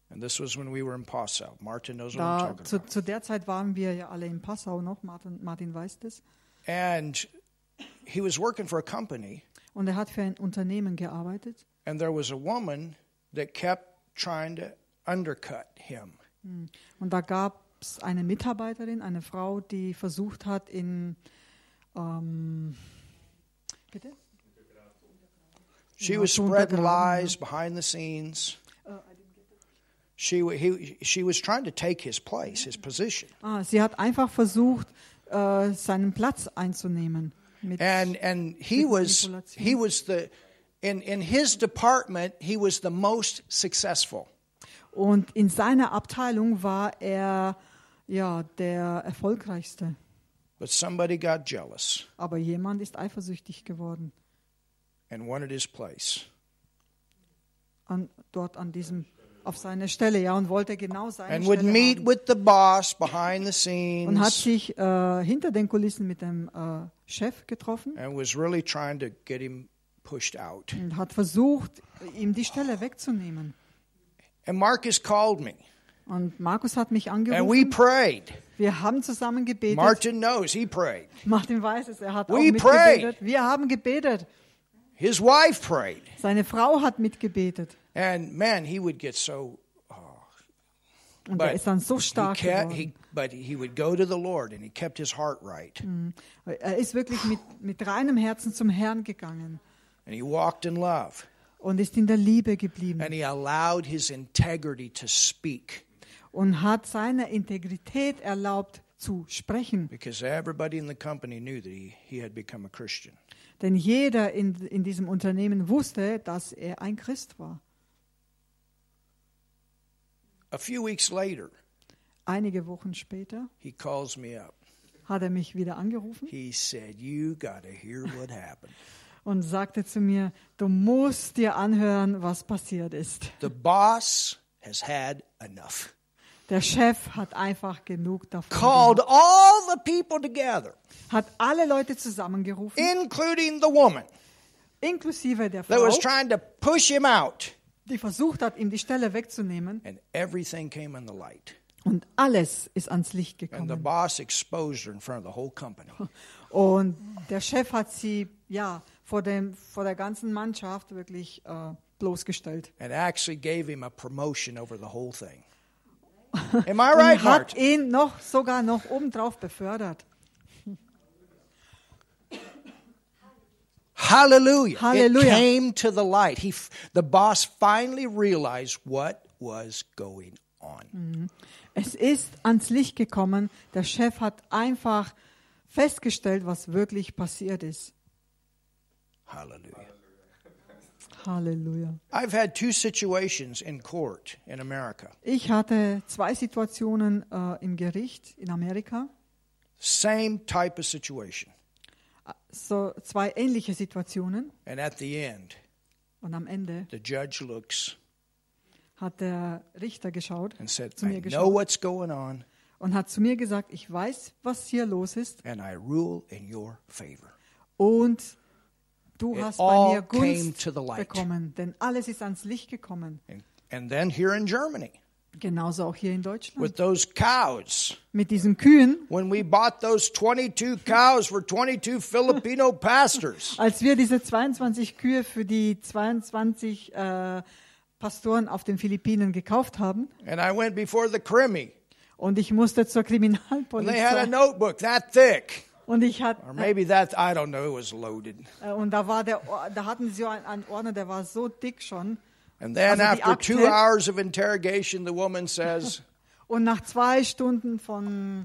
[SPEAKER 1] And this was when we were in Passau. Martin knows what I'm
[SPEAKER 2] Da,
[SPEAKER 1] talking
[SPEAKER 2] zu,
[SPEAKER 1] about.
[SPEAKER 2] zu der Zeit waren wir ja alle in Passau noch, Martin, Martin weiß das.
[SPEAKER 1] And he was working for a company,
[SPEAKER 2] Und er hat für ein Unternehmen gearbeitet.
[SPEAKER 1] and there was a woman that kept trying to undercut him.
[SPEAKER 2] Und da gab es eine Mitarbeiterin, eine Frau, die versucht hat, in. Ähm, bitte?
[SPEAKER 1] She
[SPEAKER 2] Ja,
[SPEAKER 1] was
[SPEAKER 2] zu
[SPEAKER 1] spreading
[SPEAKER 2] untergraben,
[SPEAKER 1] lies behind the scenes. She, wa- he, she was trying to take his place, his position.
[SPEAKER 2] Ah, sie hat einfach versucht, äh, seinen Platz einzunehmen. Mit,
[SPEAKER 1] And, and he was,
[SPEAKER 2] Manipulation.
[SPEAKER 1] he was the, In, in his department, he was the most successful.
[SPEAKER 2] Und in seiner Abteilung war er ja der erfolgreichste.
[SPEAKER 1] But somebody got jealous
[SPEAKER 2] Aber jemand ist eifersüchtig geworden
[SPEAKER 1] and wanted his place.
[SPEAKER 2] an, dort an diesem auf seiner Stelle, ja, und wollte genau seine
[SPEAKER 1] And would
[SPEAKER 2] Stelle
[SPEAKER 1] meet
[SPEAKER 2] haben.
[SPEAKER 1] with the boss behind the
[SPEAKER 2] und hat
[SPEAKER 1] scenes
[SPEAKER 2] sich äh, hinter den Kulissen mit dem äh, Chef getroffen
[SPEAKER 1] and was really trying to get him pushed out.
[SPEAKER 2] und hat versucht, ihm die Stelle wegzunehmen.
[SPEAKER 1] And Marcus called me
[SPEAKER 2] Und Markus hat mich
[SPEAKER 1] and we
[SPEAKER 2] angerufen.
[SPEAKER 1] prayed.
[SPEAKER 2] Wir haben zusammen gebetet.
[SPEAKER 1] Martin knows he prayed.
[SPEAKER 2] Martin weiß es, er hat auch
[SPEAKER 1] We prayed.
[SPEAKER 2] mitgebetet. Wir haben gebetet.
[SPEAKER 1] His wife prayed.
[SPEAKER 2] Seine Frau hat mitgebetet.
[SPEAKER 1] And man, he would get so
[SPEAKER 2] Und
[SPEAKER 1] But
[SPEAKER 2] er ist dann so
[SPEAKER 1] he
[SPEAKER 2] stark
[SPEAKER 1] kept,
[SPEAKER 2] geworden.
[SPEAKER 1] he, but he would go to the Lord and he kept his heart right.
[SPEAKER 2] Er ist wirklich mit, mit reinem Herzen zum Herrn gegangen
[SPEAKER 1] And he walked in love.
[SPEAKER 2] und ist in der Liebe geblieben
[SPEAKER 1] And he allowed his integrity to speak
[SPEAKER 2] und hat seiner Integrität erlaubt zu sprechen.
[SPEAKER 1] because everybody in the company knew that he, he had become a Christian.
[SPEAKER 2] Denn jeder in, in diesem Unternehmen wusste, dass er ein Christ war.
[SPEAKER 1] A few weeks later,
[SPEAKER 2] Einige Wochen später
[SPEAKER 1] he calls me up.
[SPEAKER 2] hat er mich wieder angerufen
[SPEAKER 1] He said, You got to hear what happened.
[SPEAKER 2] und sagte zu mir, du musst dir anhören, was passiert ist.
[SPEAKER 1] The boss has had enough.
[SPEAKER 2] Der Chef hat einfach genug davon.
[SPEAKER 1] Called all the people together,
[SPEAKER 2] gehabt. Hat alle Leute zusammengerufen,
[SPEAKER 1] including the woman
[SPEAKER 2] inklusive der
[SPEAKER 1] that
[SPEAKER 2] Frau,
[SPEAKER 1] was trying to push him out.
[SPEAKER 2] die versucht hat, ihm die Stelle wegzunehmen.
[SPEAKER 1] And everything came in the light.
[SPEAKER 2] Und alles ist ans Licht
[SPEAKER 1] And the
[SPEAKER 2] gekommen.
[SPEAKER 1] boss exposed her in front of the whole company.
[SPEAKER 2] Und der Chef hat sie ja vor, dem, vor der ganzen Mannschaft wirklich äh, bloßgestellt.
[SPEAKER 1] and actually gave him a promotion over the whole thing. Am I right,
[SPEAKER 2] Und hat
[SPEAKER 1] Martin?
[SPEAKER 2] ihn noch sogar noch obendrauf befördert.
[SPEAKER 1] Hallelujah.
[SPEAKER 2] Hallelujah.
[SPEAKER 1] It came to the light. He, f- the boss finally realized what was going on.
[SPEAKER 2] Es ist ans Licht gekommen. Der Chef hat einfach festgestellt, was wirklich passiert ist.
[SPEAKER 1] Hallelujah.
[SPEAKER 2] Halleluja.
[SPEAKER 1] I've had two situations in court in America.
[SPEAKER 2] Ich hatte zwei Situationen äh, im Gericht in Amerika,
[SPEAKER 1] Same type of situation.
[SPEAKER 2] so zwei ähnliche Situationen.
[SPEAKER 1] And at the end,
[SPEAKER 2] Und am Ende
[SPEAKER 1] the judge looks
[SPEAKER 2] hat der Richter geschaut
[SPEAKER 1] and said,
[SPEAKER 2] zu
[SPEAKER 1] I
[SPEAKER 2] mir
[SPEAKER 1] know
[SPEAKER 2] geschaut
[SPEAKER 1] what's going on,
[SPEAKER 2] und hat zu mir gesagt, ich weiß, was hier los ist
[SPEAKER 1] and I rule in your favor.
[SPEAKER 2] und du
[SPEAKER 1] It
[SPEAKER 2] hast
[SPEAKER 1] all
[SPEAKER 2] bei mir
[SPEAKER 1] came
[SPEAKER 2] Gunst
[SPEAKER 1] to the light.
[SPEAKER 2] bekommen, denn alles ist ans Licht gekommen.
[SPEAKER 1] And, and then here in Germany,
[SPEAKER 2] Genauso auch hier in Deutschland.
[SPEAKER 1] with those cows.
[SPEAKER 2] Mit diesen Kühen,
[SPEAKER 1] when we bought those 22 cows for 22 Filipino pastors.
[SPEAKER 2] als wir diese 22 Kühe für die 22 äh, Pastoren auf den Philippinen gekauft haben
[SPEAKER 1] And I went before the Krimi.
[SPEAKER 2] und ich musste zur
[SPEAKER 1] And they had a
[SPEAKER 2] Kriminalpolizei
[SPEAKER 1] notebook that thick,
[SPEAKER 2] und ich
[SPEAKER 1] or
[SPEAKER 2] hatte
[SPEAKER 1] maybe that, I don't know, it was loaded.
[SPEAKER 2] äh, und da war der Or- da hatten sie einen, einen Ordner, der war so dick schon
[SPEAKER 1] And then
[SPEAKER 2] Also die
[SPEAKER 1] after two
[SPEAKER 2] Akte-
[SPEAKER 1] hours of interrogation, the woman says,
[SPEAKER 2] und nach zwei Stunden von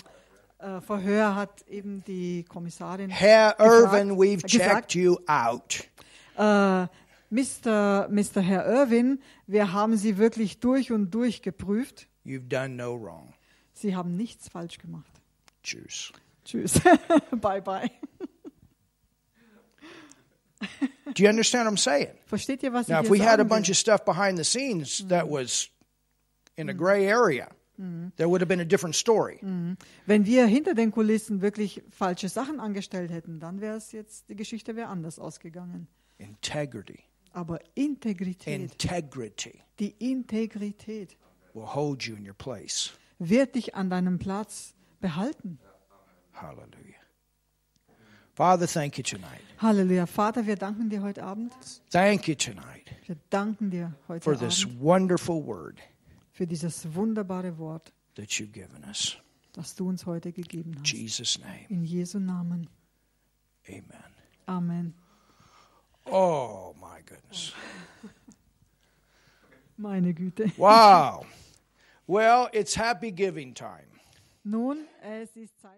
[SPEAKER 2] äh, Verhör hat eben die Kommissarin
[SPEAKER 1] Herr Irvin,
[SPEAKER 2] gefragt-
[SPEAKER 1] we've
[SPEAKER 2] gesagt,
[SPEAKER 1] checked you out.
[SPEAKER 2] äh, Mr. Mr. Herr Irwin, wir haben Sie wirklich durch und durch geprüft.
[SPEAKER 1] You've done no wrong.
[SPEAKER 2] Sie haben nichts falsch gemacht.
[SPEAKER 1] Juice.
[SPEAKER 2] Tschüss. bye, bye.
[SPEAKER 1] Do you understand what I'm saying?
[SPEAKER 2] Versteht ihr, was
[SPEAKER 1] Now,
[SPEAKER 2] ich
[SPEAKER 1] if
[SPEAKER 2] hier
[SPEAKER 1] we had a
[SPEAKER 2] sagen
[SPEAKER 1] bunch
[SPEAKER 2] will?
[SPEAKER 1] of stuff behind the scenes that was in a gray area, there would have been a different story.
[SPEAKER 2] Mm. Hm? Wenn wir hinter den Kulissen wirklich falsche Sachen angestellt hätten, dann wäre es jetzt, die Geschichte wäre anders ausgegangen.
[SPEAKER 1] Integrity.
[SPEAKER 2] Aber Integrität,
[SPEAKER 1] Integrity
[SPEAKER 2] die Integrität
[SPEAKER 1] will hold you in your place.
[SPEAKER 2] wird dich an deinem Platz behalten.
[SPEAKER 1] Hallelujah. Father, thank you tonight.
[SPEAKER 2] Halleluja. Vater, wir danken dir heute Abend.
[SPEAKER 1] Thank you tonight
[SPEAKER 2] Wir danken dir heute
[SPEAKER 1] for this
[SPEAKER 2] Abend
[SPEAKER 1] wonderful word
[SPEAKER 2] für dieses wunderbare Wort,
[SPEAKER 1] that you've given us.
[SPEAKER 2] das du uns heute gegeben
[SPEAKER 1] In
[SPEAKER 2] hast.
[SPEAKER 1] Jesus' name.
[SPEAKER 2] In Jesu Namen.
[SPEAKER 1] Amen.
[SPEAKER 2] Amen.
[SPEAKER 1] Oh, my goodness.
[SPEAKER 2] Meine Güte.
[SPEAKER 1] Wow. Well, it's happy giving time.
[SPEAKER 2] Nun, es ist Zeit.